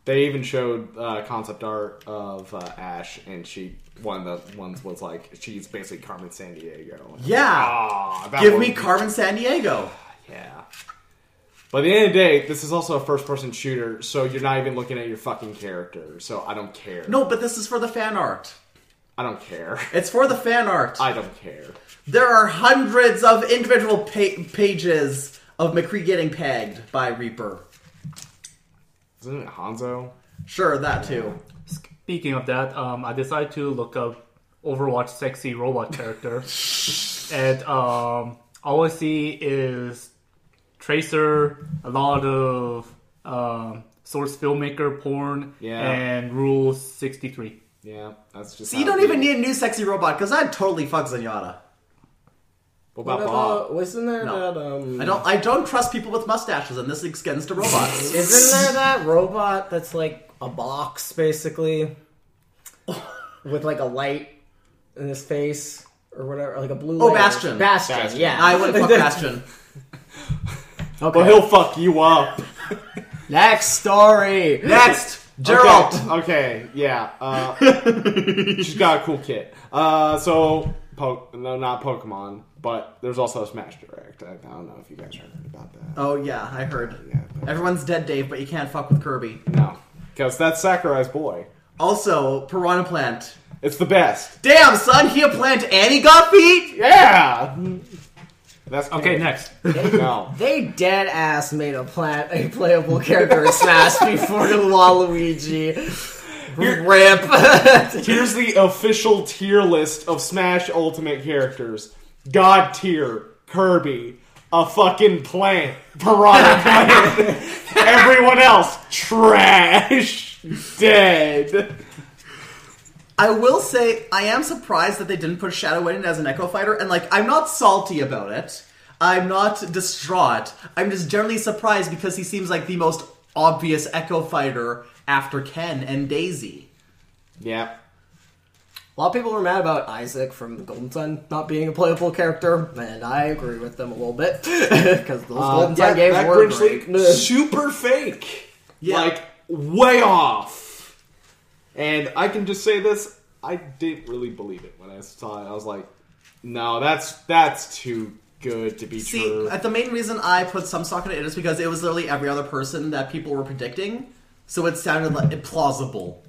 [SPEAKER 1] They even showed uh, concept art of uh, Ash, and she one of the ones was like she's basically Carmen San Diego.
[SPEAKER 2] Yeah,
[SPEAKER 1] Ah, that
[SPEAKER 2] give
[SPEAKER 1] one-
[SPEAKER 2] me Carmen San Diego.
[SPEAKER 1] Yeah. But at the end of the day, this is also a first-person shooter, so you're not even looking at your fucking character. So I don't care.
[SPEAKER 2] No, but this is for the fan art.
[SPEAKER 1] I don't care.
[SPEAKER 2] It's for the fan art.
[SPEAKER 1] I don't care.
[SPEAKER 2] There are hundreds of individual pa- pages of McCree getting pegged by Reaper.
[SPEAKER 1] Isn't it Hanzo?
[SPEAKER 2] Sure, that too.
[SPEAKER 7] speaking of that, um, I decided to look up Overwatch sexy robot character, and um, all I see is Tracer, a lot of um, source filmmaker porn,
[SPEAKER 1] Yeah.
[SPEAKER 7] and Rule sixty three.
[SPEAKER 1] Yeah, that's just.
[SPEAKER 2] So you
[SPEAKER 1] how it
[SPEAKER 2] don't even
[SPEAKER 1] is.
[SPEAKER 2] need a new sexy robot because I'd totally fuck Zenyatta.
[SPEAKER 1] What about
[SPEAKER 3] What
[SPEAKER 2] uh,
[SPEAKER 1] Bob?
[SPEAKER 3] about, wasn't there
[SPEAKER 2] No.
[SPEAKER 3] that, um...
[SPEAKER 2] I don't. I don't trust people with mustaches, and this extends to robots.
[SPEAKER 3] Isn't there that robot that's like a box, basically? with like a light in his face or whatever, like a blue
[SPEAKER 2] Oh,
[SPEAKER 3] layer.
[SPEAKER 2] Bastion.
[SPEAKER 3] Bastion,
[SPEAKER 1] Bastion.
[SPEAKER 3] yeah.
[SPEAKER 2] I wouldn't fuck Bastion.
[SPEAKER 3] Okay.
[SPEAKER 1] Well, he'll fuck you up.
[SPEAKER 3] Next story!
[SPEAKER 2] Next, Geralt.
[SPEAKER 1] Okay, okay, yeah. Uh, she's got a cool kit. Uh, so, po- no, not Pokemon, but there's also a Smash Direct. I, I don't know if you guys heard about that.
[SPEAKER 2] Oh yeah, I heard.
[SPEAKER 1] Yeah, but-
[SPEAKER 2] Everyone's dead, Dave, but you can't fuck with Kirby.
[SPEAKER 1] No, because that's Sakurai's boy.
[SPEAKER 2] Also, Piranha Plant.
[SPEAKER 1] It's the best.
[SPEAKER 2] Damn, son, he a plant and he got beat.
[SPEAKER 1] Yeah. That's
[SPEAKER 7] Okay, next.
[SPEAKER 1] No.
[SPEAKER 3] They dead ass made a plant a playable character in Smash before Waluigi. Rip.
[SPEAKER 1] Here's the official tier list of Smash Ultimate characters: God tier, Kirby, a fucking plant, Piranha Plant. Everyone else trash, dead.
[SPEAKER 2] I will say I am surprised that they didn't put Shadow in as an Echo Fighter, and like I'm not salty about it. I'm not distraught. I'm just generally surprised because he seems like the most obvious Echo fighter after Ken and Daisy.
[SPEAKER 1] Yeah.
[SPEAKER 3] A lot of people were mad about Isaac from Golden Sun not being a playable character, and I agree with them a little bit because
[SPEAKER 2] Uh,
[SPEAKER 3] those
[SPEAKER 2] Um,
[SPEAKER 3] Golden Sun games
[SPEAKER 1] that
[SPEAKER 3] were
[SPEAKER 1] Grinch
[SPEAKER 3] great.
[SPEAKER 1] League, super fake.
[SPEAKER 2] Yeah.
[SPEAKER 1] Like, way off. And I can just say this, I didn't really believe it when I saw it. I was like, no, that's that's too good to be
[SPEAKER 2] See,
[SPEAKER 1] true.
[SPEAKER 2] uh, the main reason I put some stock in it is because it was literally every other person that people were predicting, so it sounded like plausible.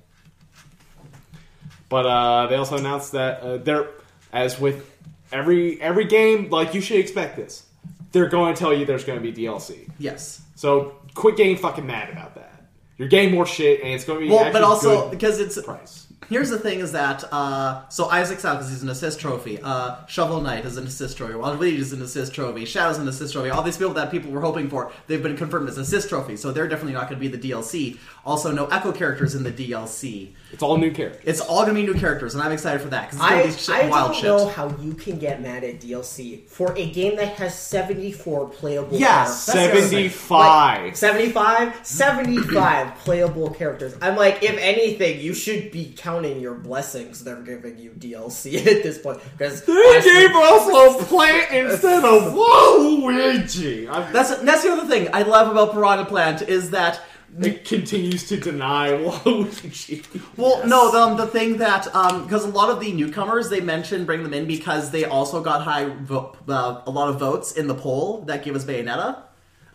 [SPEAKER 1] But uh, they also announced that uh, they're, as with every every game, like you should expect this. They're going to tell you there's going to be DLC.
[SPEAKER 2] Yes.
[SPEAKER 1] So quit getting fucking mad about that. You're getting more shit, and it's going to be
[SPEAKER 2] Well,
[SPEAKER 1] actually
[SPEAKER 2] but also
[SPEAKER 1] good
[SPEAKER 2] because it's
[SPEAKER 1] price.
[SPEAKER 2] Here's the thing: is that uh, so Isaac's out because he's an assist trophy. Uh, Shovel Knight is an assist trophy. Wild Weed is an assist trophy. Shadow's an assist trophy. All these people that people were hoping for, they've been confirmed as assist trophies, so they're definitely not going to be the DLC. Also, no Echo characters in the DLC.
[SPEAKER 1] It's all new characters.
[SPEAKER 2] It's all going to be new characters, and I'm excited for that because it's
[SPEAKER 9] I,
[SPEAKER 2] going to be
[SPEAKER 9] I
[SPEAKER 2] shit,
[SPEAKER 9] don't
[SPEAKER 2] wild shit.
[SPEAKER 9] know how you can get mad at DLC for a game that has 74 playable
[SPEAKER 2] Yeah,
[SPEAKER 9] characters. That's the other thing.
[SPEAKER 1] 75.
[SPEAKER 9] Like, 75? 75 playable characters.
[SPEAKER 3] I'm like, if anything, you should be counting your blessings they're giving you DLC at this point because
[SPEAKER 1] They gave us a plant instead of Waluigi. I,
[SPEAKER 2] That's that's the other thing I love about Piranha Plant is that
[SPEAKER 1] it continues to deny Waluigi.
[SPEAKER 2] Well, no, um, the thing that because a lot of the newcomers they mentioned bring them in because they also got high vo- uh, a lot of votes in the poll that gave us Bayonetta.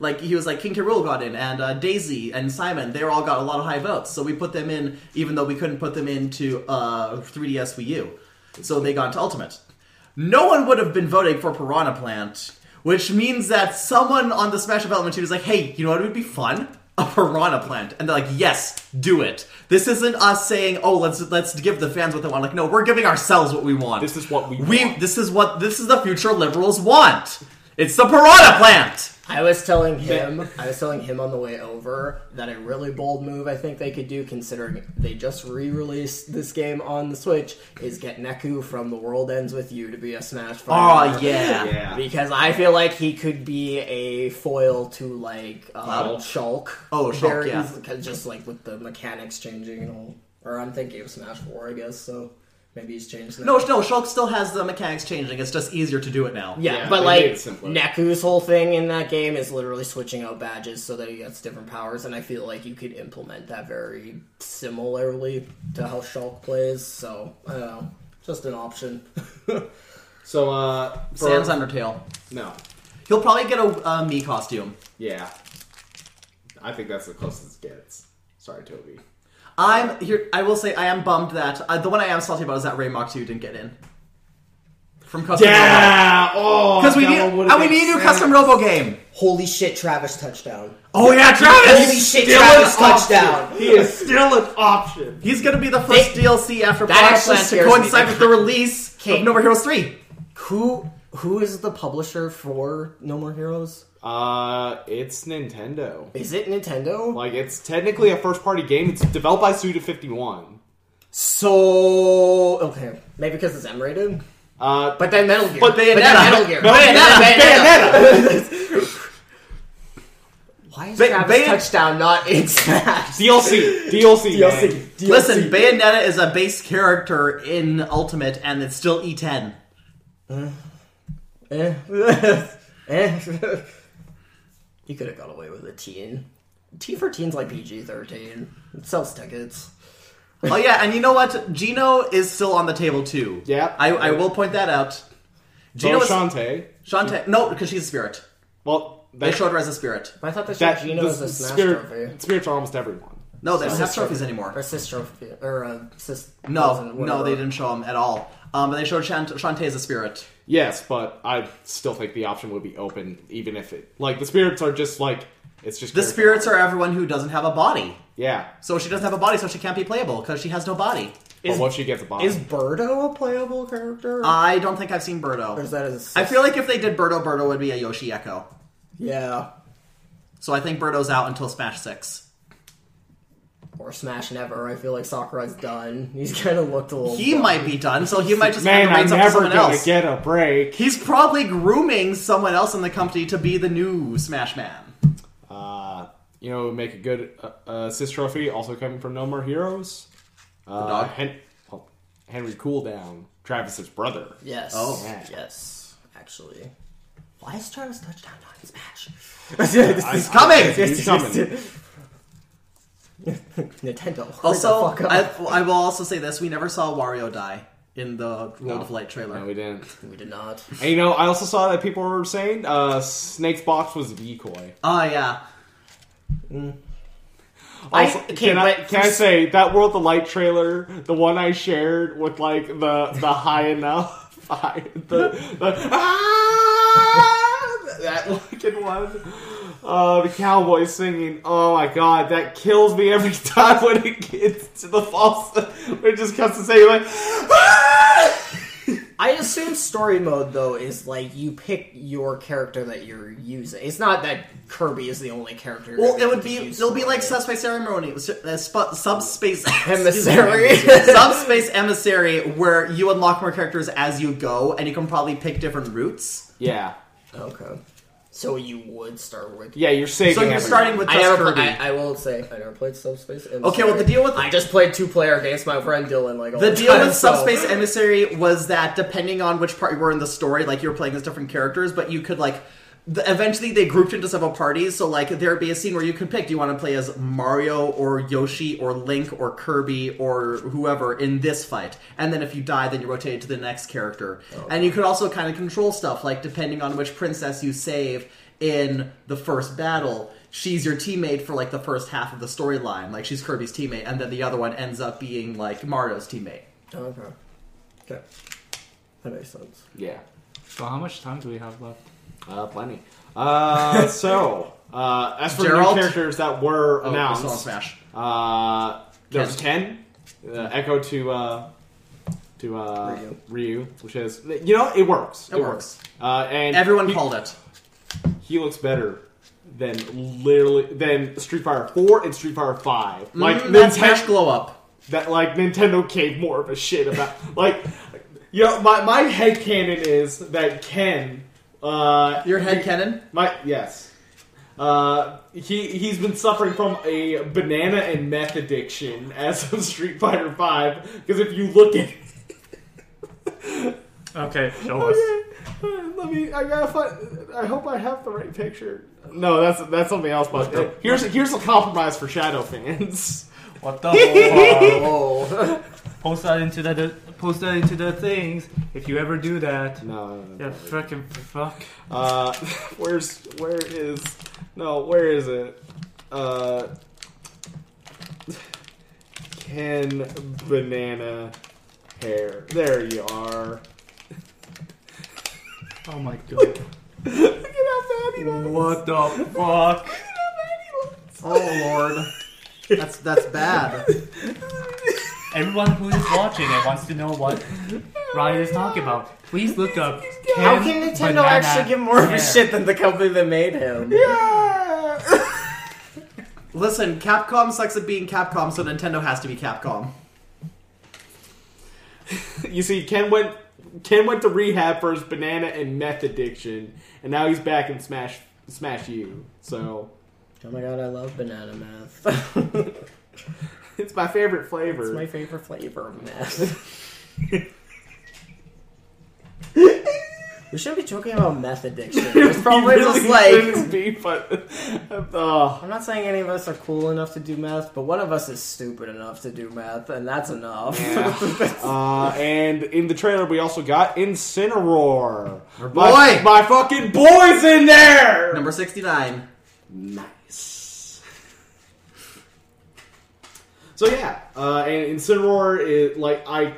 [SPEAKER 2] Like he was like King Kirul got in and uh, Daisy and Simon they all got a lot of high votes, so we put them in even though we couldn't put them into uh, 3DS Wii U, so they got into Ultimate. No one would have been voting for Piranha Plant, which means that someone on the Smash development team is like, hey, you know what would be fun? A piranha plant. And they're like, yes, do it. This isn't us saying, oh, let's let's give the fans what they want. Like, no, we're giving ourselves what we want.
[SPEAKER 1] This is what we want.
[SPEAKER 2] This is what this is the future liberals want. It's the piranha plant.
[SPEAKER 3] I was telling him, I was telling him on the way over that a really bold move I think they could do, considering they just re-released this game on the Switch, is get Neku from The World Ends with You to be a Smash fighter.
[SPEAKER 2] Oh yeah.
[SPEAKER 1] Yeah.
[SPEAKER 3] Because I feel like he could be a foil to like um, Shulk.
[SPEAKER 2] Oh, Shulk,
[SPEAKER 3] Very
[SPEAKER 2] yeah.
[SPEAKER 3] easily- 'cause just like with the mechanics changing and all. Or I'm thinking of Smash Four, I guess. So maybe he's changed. That.
[SPEAKER 2] No, no, Shulk still has the mechanics changing. It's just easier to do it now.
[SPEAKER 3] Yeah,
[SPEAKER 1] Yeah,
[SPEAKER 3] but
[SPEAKER 1] they
[SPEAKER 3] like
[SPEAKER 1] made it simpler.
[SPEAKER 3] Neku's whole thing in that game is literally switching out badges so that he gets different powers, and I feel like you could implement that very similarly to how Shulk plays. So I don't know, just an option.
[SPEAKER 1] So, uh. for-
[SPEAKER 2] Sans Undertale.
[SPEAKER 1] No.
[SPEAKER 2] He'll probably get a uh, me costume.
[SPEAKER 1] Yeah. I think that's the closest it gets. Sorry, Toby.
[SPEAKER 2] I'm here. I will say I am bummed that uh, the one I am salty about is that Ray Mach Two didn't get in from custom.
[SPEAKER 1] Yeah! Oh!
[SPEAKER 2] because we
[SPEAKER 1] that
[SPEAKER 2] need
[SPEAKER 1] one would've
[SPEAKER 2] and we
[SPEAKER 1] been
[SPEAKER 2] need a new
[SPEAKER 1] sick.
[SPEAKER 2] custom Robo game.
[SPEAKER 9] Holy shit, Travis touchdown.
[SPEAKER 2] Oh yeah, Travis!
[SPEAKER 9] Holy shit,
[SPEAKER 1] Still
[SPEAKER 9] Travis
[SPEAKER 1] an option.
[SPEAKER 9] touchdown.
[SPEAKER 1] He is still an option.
[SPEAKER 2] He's gonna be the first DLC after Black
[SPEAKER 3] actually
[SPEAKER 2] Plant to
[SPEAKER 3] scares me.
[SPEAKER 2] coincide with the release
[SPEAKER 3] Okay.
[SPEAKER 2] of No More Heroes Three.
[SPEAKER 3] Who who is the publisher for No More Heroes?
[SPEAKER 1] Uh, it's Nintendo.
[SPEAKER 3] Is it Nintendo?
[SPEAKER 1] Like, it's technically a first party game. It's developed by Suda51.
[SPEAKER 3] So okay, maybe because it's M rated.
[SPEAKER 1] Uh,
[SPEAKER 3] But then Metal Gear.
[SPEAKER 1] But Bayonetta.
[SPEAKER 3] then Metal Gear.
[SPEAKER 1] Bayonetta.
[SPEAKER 3] Why is
[SPEAKER 2] Bay-
[SPEAKER 3] Travis
[SPEAKER 2] Bay-
[SPEAKER 3] touchdown not in Smash?
[SPEAKER 1] DLC. DLC.
[SPEAKER 3] DLC.
[SPEAKER 1] man.
[SPEAKER 3] DLC.
[SPEAKER 2] Listen, Bayonetta is a base character in Ultimate, and it's still E E10.
[SPEAKER 3] Eh. Eh. you could have got away with a teen. T for teens like PG thirteen. It sells tickets.
[SPEAKER 2] oh yeah, and you know what? Gino is still on the table too.
[SPEAKER 1] Yeah.
[SPEAKER 2] I, I will point that out. Gino
[SPEAKER 1] So,
[SPEAKER 2] is
[SPEAKER 1] Shantae.
[SPEAKER 2] Shantae. No, because she's a spirit.
[SPEAKER 1] Well,
[SPEAKER 2] They
[SPEAKER 1] that,
[SPEAKER 2] showed her as a spirit.
[SPEAKER 3] I thought that,
[SPEAKER 1] that
[SPEAKER 3] that Gino
[SPEAKER 1] the
[SPEAKER 3] was a Smash
[SPEAKER 1] spirit,
[SPEAKER 3] trophy.
[SPEAKER 1] Spirits are almost everyone.
[SPEAKER 2] No, they don't have
[SPEAKER 3] sister.
[SPEAKER 2] trophies anymore.
[SPEAKER 3] Or sis trophy. Or uh, sis.
[SPEAKER 2] No, no,
[SPEAKER 3] whatever.
[SPEAKER 2] they didn't show him at all. Um, but they showed Shant- Shantae as a spirit.
[SPEAKER 1] Yes, but I still think the option would be open, even if it like the spirits are just like it's just
[SPEAKER 2] The
[SPEAKER 1] character-
[SPEAKER 2] spirits are everyone who doesn't have a body.
[SPEAKER 1] Yeah,
[SPEAKER 2] So she doesn't have a body, so she can't be playable because she has no body.
[SPEAKER 1] but what if she gets a body?
[SPEAKER 3] Is Birdo a playable character?
[SPEAKER 2] I don't think I've seen
[SPEAKER 3] or is
[SPEAKER 2] Birdo.
[SPEAKER 3] that a sis?
[SPEAKER 2] I feel like if they did Birdo, Birdo would be a Yoshi Echo.
[SPEAKER 3] yeah.
[SPEAKER 2] So I think Birdo's out until Smash Six.
[SPEAKER 3] or Smash Never. I feel like Sakurai's done. He's kind of looked a little.
[SPEAKER 2] He
[SPEAKER 3] bummed.
[SPEAKER 2] might be done, so he might just
[SPEAKER 1] Man,
[SPEAKER 2] hand the
[SPEAKER 1] I'm
[SPEAKER 2] reins up to
[SPEAKER 1] never
[SPEAKER 2] someone
[SPEAKER 1] gonna
[SPEAKER 2] else.
[SPEAKER 1] get a break.
[SPEAKER 2] He's probably grooming someone else in the company to be the new Smash Man.
[SPEAKER 1] Uh, you know, make a good uh, uh, assist trophy. Also coming from No More Heroes. Uh,
[SPEAKER 2] dog?
[SPEAKER 1] Hen- oh, Henry Cooldown, Travis's brother.
[SPEAKER 3] Yes.
[SPEAKER 2] Oh.
[SPEAKER 3] Yes. Actually. Why is Travis touchdown on Smash?
[SPEAKER 2] He's coming.
[SPEAKER 1] He's coming.
[SPEAKER 3] Nintendo. hurry the
[SPEAKER 2] Also,
[SPEAKER 3] fuck up.
[SPEAKER 2] I, I will also say this: we never saw Wario die in the World of Light trailer.
[SPEAKER 1] No, we didn't.
[SPEAKER 3] we did not.
[SPEAKER 1] And you know, I also saw that people were saying uh, Snake's box was decoy.
[SPEAKER 2] oh yeah,
[SPEAKER 1] Also,
[SPEAKER 9] okay,
[SPEAKER 1] can, I,
[SPEAKER 9] but
[SPEAKER 1] can I
[SPEAKER 9] first-
[SPEAKER 1] say that World of Light trailer, the one I shared with like the the high enough, high, the, the ah, that fucking one, uh, the cowboy singing. Oh my god, that kills me every time when it gets to the false. It just comes to say like, ah!
[SPEAKER 3] I assume story mode though is like you pick your character that you're using. It's not that Kirby is the only character.
[SPEAKER 2] well,
[SPEAKER 3] that
[SPEAKER 2] it would
[SPEAKER 3] you
[SPEAKER 2] be
[SPEAKER 3] use
[SPEAKER 2] it'll be
[SPEAKER 3] for
[SPEAKER 2] like
[SPEAKER 3] it.
[SPEAKER 2] Subspace Ceremony, uh, sp- Subspace
[SPEAKER 3] Emissary.
[SPEAKER 2] Subspace Emissary, where you unlock more characters as you go, and you can probably pick different routes.
[SPEAKER 1] yeah,
[SPEAKER 3] Okay. So you would start with.
[SPEAKER 1] yeah, you're saving.
[SPEAKER 2] So you're
[SPEAKER 1] everyone.
[SPEAKER 2] starting with
[SPEAKER 3] I
[SPEAKER 2] just
[SPEAKER 3] never.
[SPEAKER 2] Kirby.
[SPEAKER 3] Pl- I, I will say I never played Subspace. Emissary.
[SPEAKER 2] Okay, well, the deal with-
[SPEAKER 3] I just played two player against my friend Dylan. Like all
[SPEAKER 2] The
[SPEAKER 3] the
[SPEAKER 2] deal
[SPEAKER 3] time,
[SPEAKER 2] with
[SPEAKER 3] so-
[SPEAKER 2] Subspace Emissary was that depending on which part you were in the story, like you were playing as different characters, but you could like. The, eventually, they grouped into several parties, so like there'd be a scene where you could pick: do you want to play as Mario or Yoshi or Link or Kirby or whoever in this fight? And then if you die, then you rotate to the next character. And you could also kind of control stuff, like depending on which princess you save in the first battle, she's your teammate for like the first half of the storyline. Like she's Kirby's teammate, and then the other one ends up being like Mario's teammate.
[SPEAKER 3] Okay. Okay. That makes sense.
[SPEAKER 1] yeah.
[SPEAKER 7] So how much time do we have left?
[SPEAKER 1] Uh, plenty. Uh, so, uh, as for
[SPEAKER 2] Geralt?
[SPEAKER 1] new characters that were
[SPEAKER 2] Oh,
[SPEAKER 1] announced,
[SPEAKER 2] we're still on Smash.
[SPEAKER 1] Uh, there was Ken, uh, Echo to uh, to uh, Ryu.
[SPEAKER 3] Ryu.
[SPEAKER 1] which is you know it works.
[SPEAKER 2] It works.
[SPEAKER 1] Uh, and
[SPEAKER 2] Everyone
[SPEAKER 1] he,
[SPEAKER 2] called it.
[SPEAKER 1] He looks better than literally than Street Fighter Four and Street Fighter Five. Like
[SPEAKER 2] Mm, that Smash
[SPEAKER 1] Ninten-
[SPEAKER 2] glow up.
[SPEAKER 1] that like Nintendo gave more of a shit about like you know my my headcanon is that Ken uh
[SPEAKER 2] Your head cannon.
[SPEAKER 1] my yes. Uh, he he's been suffering from a banana and meth addiction as of Street Fighter Five. Because if you look at,
[SPEAKER 7] Okay, show
[SPEAKER 1] Oh,
[SPEAKER 7] us.
[SPEAKER 1] okay, let me. I gotta find. I hope I have the right picture. No, that's that's something else. But here's here's a compromise for Shadow fans.
[SPEAKER 7] What the?
[SPEAKER 3] Oh.
[SPEAKER 7] post that into the post that into the things. If you ever do that,
[SPEAKER 1] No, no,
[SPEAKER 7] yeah,
[SPEAKER 1] no.
[SPEAKER 7] fucking fuck.
[SPEAKER 1] Uh, where's where is no? Where is it? Uh, Ken banana hair. There you are.
[SPEAKER 7] Oh my god.
[SPEAKER 1] Look at how bad he looks.
[SPEAKER 7] What the fuck?
[SPEAKER 2] Oh lord, that's that's bad.
[SPEAKER 7] Everyone who is watching and wants to know what Ryan is talking about, please look up.
[SPEAKER 3] How can Nintendo
[SPEAKER 7] Banana
[SPEAKER 3] actually give more of
[SPEAKER 7] Hair.
[SPEAKER 3] a shit than the company that made him?
[SPEAKER 2] Listen, Capcom sucks at being Capcom, so Nintendo has to be Capcom.
[SPEAKER 1] You see, Ken went Ken went to rehab for his banana and meth addiction, and now he's back in Smash Smash U. So
[SPEAKER 3] Oh my god, I love banana math. it's
[SPEAKER 1] it's my favorite flavor.
[SPEAKER 3] my favorite flavor of meth. we should be joking about meth addiction. It's probably
[SPEAKER 1] He really
[SPEAKER 3] just like.
[SPEAKER 1] shouldn't be, but oh,
[SPEAKER 3] I'm not saying any of us are cool enough to do math, but one of us is stupid enough to do math, and that's enough.
[SPEAKER 1] Uh, and in the trailer, we also got Incineroar. Our
[SPEAKER 2] boy!
[SPEAKER 1] my, my fucking boy's in there.
[SPEAKER 2] Number sixty-nine.
[SPEAKER 1] nice. So yeah, uh, and Incineroar is like I.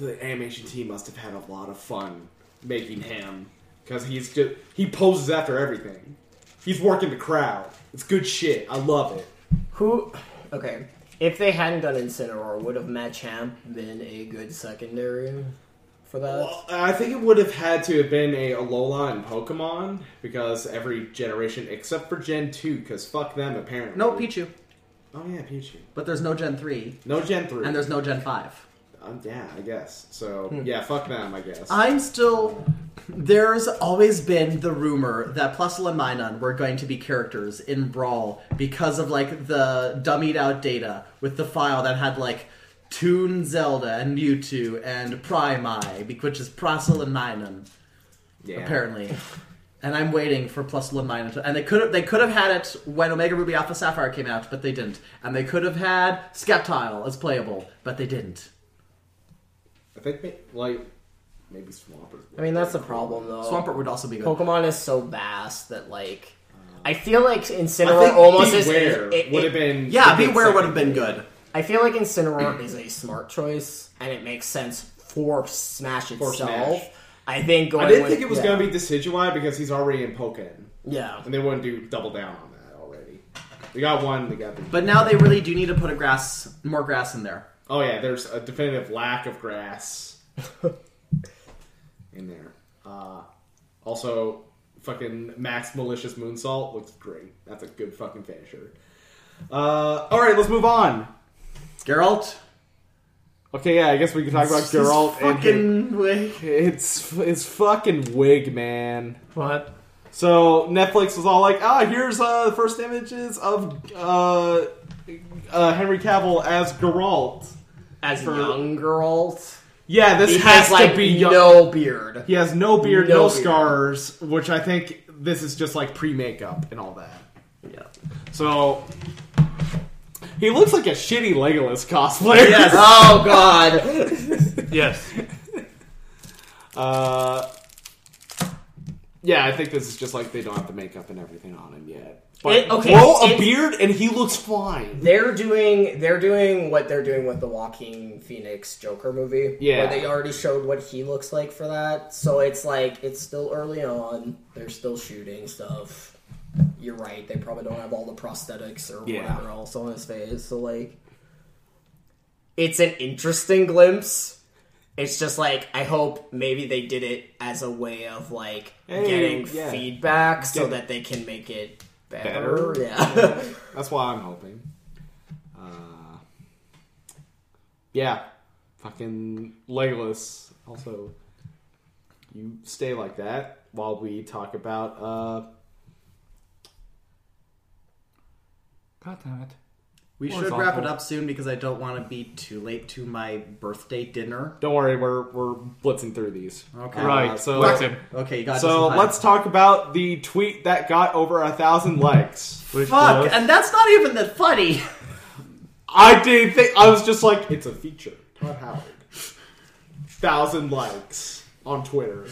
[SPEAKER 1] The animation team must have had a lot of fun making him because he's just he poses after everything. He's working the crowd. It's good shit. I love it.
[SPEAKER 3] Who? Okay. If they hadn't done Incineroar, would have Machamp been a good secondary for that?
[SPEAKER 1] Well, I think it would have had to have been a Alola and Pokemon because every generation except for Gen two, because fuck them apparently.
[SPEAKER 2] No Pichu.
[SPEAKER 1] Oh yeah, Pichu.
[SPEAKER 2] But there's no Gen 3,
[SPEAKER 1] No Gen three.
[SPEAKER 2] and there's Hmm. no Gen 5.
[SPEAKER 1] um, yeah, I guess. So yeah, fuck them. I guess.
[SPEAKER 2] I'm still. There's always been the rumor that Plusle and Minun were going to be characters in Brawl because of like the dummied out data with the file that had like Toon Zelda and Mewtwo and Primeye, be- which is Plusle and Minun
[SPEAKER 1] yeah.
[SPEAKER 2] apparently. And I'm waiting for Plusle and Minun to, and they could have they could have had it when Omega Ruby Alpha Sapphire came out, but they didn't. And they could have had Skeptile as playable, but they didn't.
[SPEAKER 1] I think they, like maybe Swampert.
[SPEAKER 3] I mean, that's the problem, though.
[SPEAKER 2] Swampert would also be good.
[SPEAKER 3] Pokemon is so vast that, like, I feel like
[SPEAKER 1] I
[SPEAKER 3] Incineroar
[SPEAKER 1] think
[SPEAKER 3] almost is.
[SPEAKER 1] Beware
[SPEAKER 3] it-
[SPEAKER 1] would
[SPEAKER 3] it-
[SPEAKER 1] have been.
[SPEAKER 2] Yeah,
[SPEAKER 1] a good
[SPEAKER 2] Beware
[SPEAKER 1] second.
[SPEAKER 2] would have been good.
[SPEAKER 3] I feel like Incineroar is a smart choice, and it makes sense for Smash itself.
[SPEAKER 1] Smash.
[SPEAKER 3] I think going
[SPEAKER 1] I didn't
[SPEAKER 3] with-
[SPEAKER 1] think it was
[SPEAKER 3] yeah.
[SPEAKER 1] gonna be Decidueye because he's already in Pokken,
[SPEAKER 3] Yeah.
[SPEAKER 1] and they wouldn't do double down on that already. They got one. They got the.
[SPEAKER 2] But now they really do need to put a grass, more grass in there.
[SPEAKER 1] Oh yeah, there's a definitive lack of grass in there. Uh, also, fucking Max Malicious Moonsault looks great. That's a good fucking finisher. Uh, all right, let's move on.
[SPEAKER 2] Geralt,
[SPEAKER 1] Okay, yeah, I guess we can talk about Geralt and his-
[SPEAKER 2] fucking way.
[SPEAKER 1] it's it's fucking wig, man.
[SPEAKER 7] What?
[SPEAKER 1] So Netflix was all like, "Ah, here's uh, the first images of uh, uh, Henry Cavill as Geralt."
[SPEAKER 3] As young Geralt,
[SPEAKER 1] Yeah, this
[SPEAKER 3] he
[SPEAKER 1] has,
[SPEAKER 3] has like
[SPEAKER 1] to be young.
[SPEAKER 3] no beard.
[SPEAKER 1] He has no beard, no,
[SPEAKER 3] No beard.
[SPEAKER 1] scars, which I think this is just like pre makeup and all that.
[SPEAKER 3] Yeah.
[SPEAKER 1] So he looks like a shitty Legolas cosplayer.
[SPEAKER 3] Oh God.
[SPEAKER 7] Yes.
[SPEAKER 1] Uh, yeah, I think this is just like they don't have the makeup and everything on him yet. But
[SPEAKER 3] It- okay,
[SPEAKER 1] grow a
[SPEAKER 3] it-
[SPEAKER 1] beard and he looks fine.
[SPEAKER 3] they're doing they're doing what they're doing with the Walking Phoenix Joker movie.
[SPEAKER 1] Yeah.
[SPEAKER 3] Where they already showed what he looks like for that. So it's like it's still early on. They're still shooting stuff. You're right. They probably don't have all the prosthetics or
[SPEAKER 1] Yeah.
[SPEAKER 3] whatever else on his face. So like it's an interesting glimpse. It's just like I hope maybe they did it as a way of like
[SPEAKER 1] Hey,
[SPEAKER 3] getting
[SPEAKER 1] yeah.
[SPEAKER 3] feedback so
[SPEAKER 1] Get-
[SPEAKER 3] that they can make it
[SPEAKER 1] Better?
[SPEAKER 3] better. Yeah.
[SPEAKER 1] That's why I'm hoping. Uh, yeah, fucking Legolas. Also, you stay like that while we talk about. Uh,
[SPEAKER 7] God damn it.
[SPEAKER 2] We
[SPEAKER 7] Well,
[SPEAKER 2] should
[SPEAKER 7] it's
[SPEAKER 2] wrap it
[SPEAKER 7] awful.
[SPEAKER 2] up soon because I don't want to be too late to my birthday dinner.
[SPEAKER 1] don't worry, we're we're blitzing through these.
[SPEAKER 2] Okay.
[SPEAKER 1] Uh,
[SPEAKER 7] Right.
[SPEAKER 1] So
[SPEAKER 7] Listen,
[SPEAKER 2] Okay, you got
[SPEAKER 1] so let's talk about the tweet that got over a thousand likes.
[SPEAKER 7] which
[SPEAKER 2] fuck,
[SPEAKER 7] was-
[SPEAKER 2] and that's not even that funny.
[SPEAKER 1] I didn't think. I was just like, it's a feature. Todd Howard. Thousand likes on Twitter.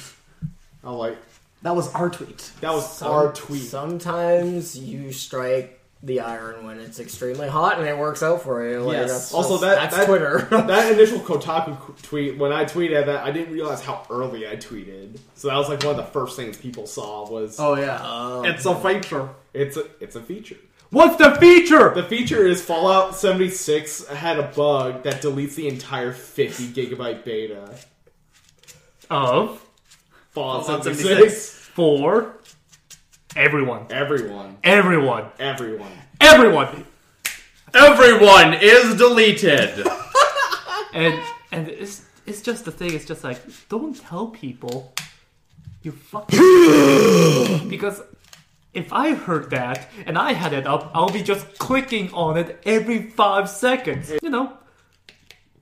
[SPEAKER 1] I'm like,
[SPEAKER 2] That was our tweet.
[SPEAKER 1] that was
[SPEAKER 3] Some-
[SPEAKER 1] our tweet.
[SPEAKER 3] Sometimes you strike the iron when it's extremely hot, and it works out for you. Like,
[SPEAKER 2] Yes.
[SPEAKER 3] that's,
[SPEAKER 1] Also,
[SPEAKER 3] that's,
[SPEAKER 1] that
[SPEAKER 3] that's
[SPEAKER 1] that,
[SPEAKER 3] Twitter.
[SPEAKER 1] that initial Kotaku qu- tweet when I tweeted that, I didn't realize how early I tweeted. So that was like one of the first things people saw was
[SPEAKER 2] Oh yeah, it's a feature.
[SPEAKER 1] it's a it's a feature.
[SPEAKER 7] What's the feature?
[SPEAKER 1] The feature is Fallout 76 had a bug that deletes the entire 50 gigabyte beta.
[SPEAKER 7] Of
[SPEAKER 1] Fallout
[SPEAKER 2] Fallout
[SPEAKER 1] 76.
[SPEAKER 2] 76.
[SPEAKER 7] for everyone.
[SPEAKER 1] Everyone,
[SPEAKER 7] Everyone.
[SPEAKER 1] everyone.
[SPEAKER 7] Everyone.
[SPEAKER 2] Everyone is deleted.
[SPEAKER 7] And and it's it's just the thing. It's just like don't tell people you fucking because if I heard that and I had it up, I'll be just clicking on it every five seconds. You know,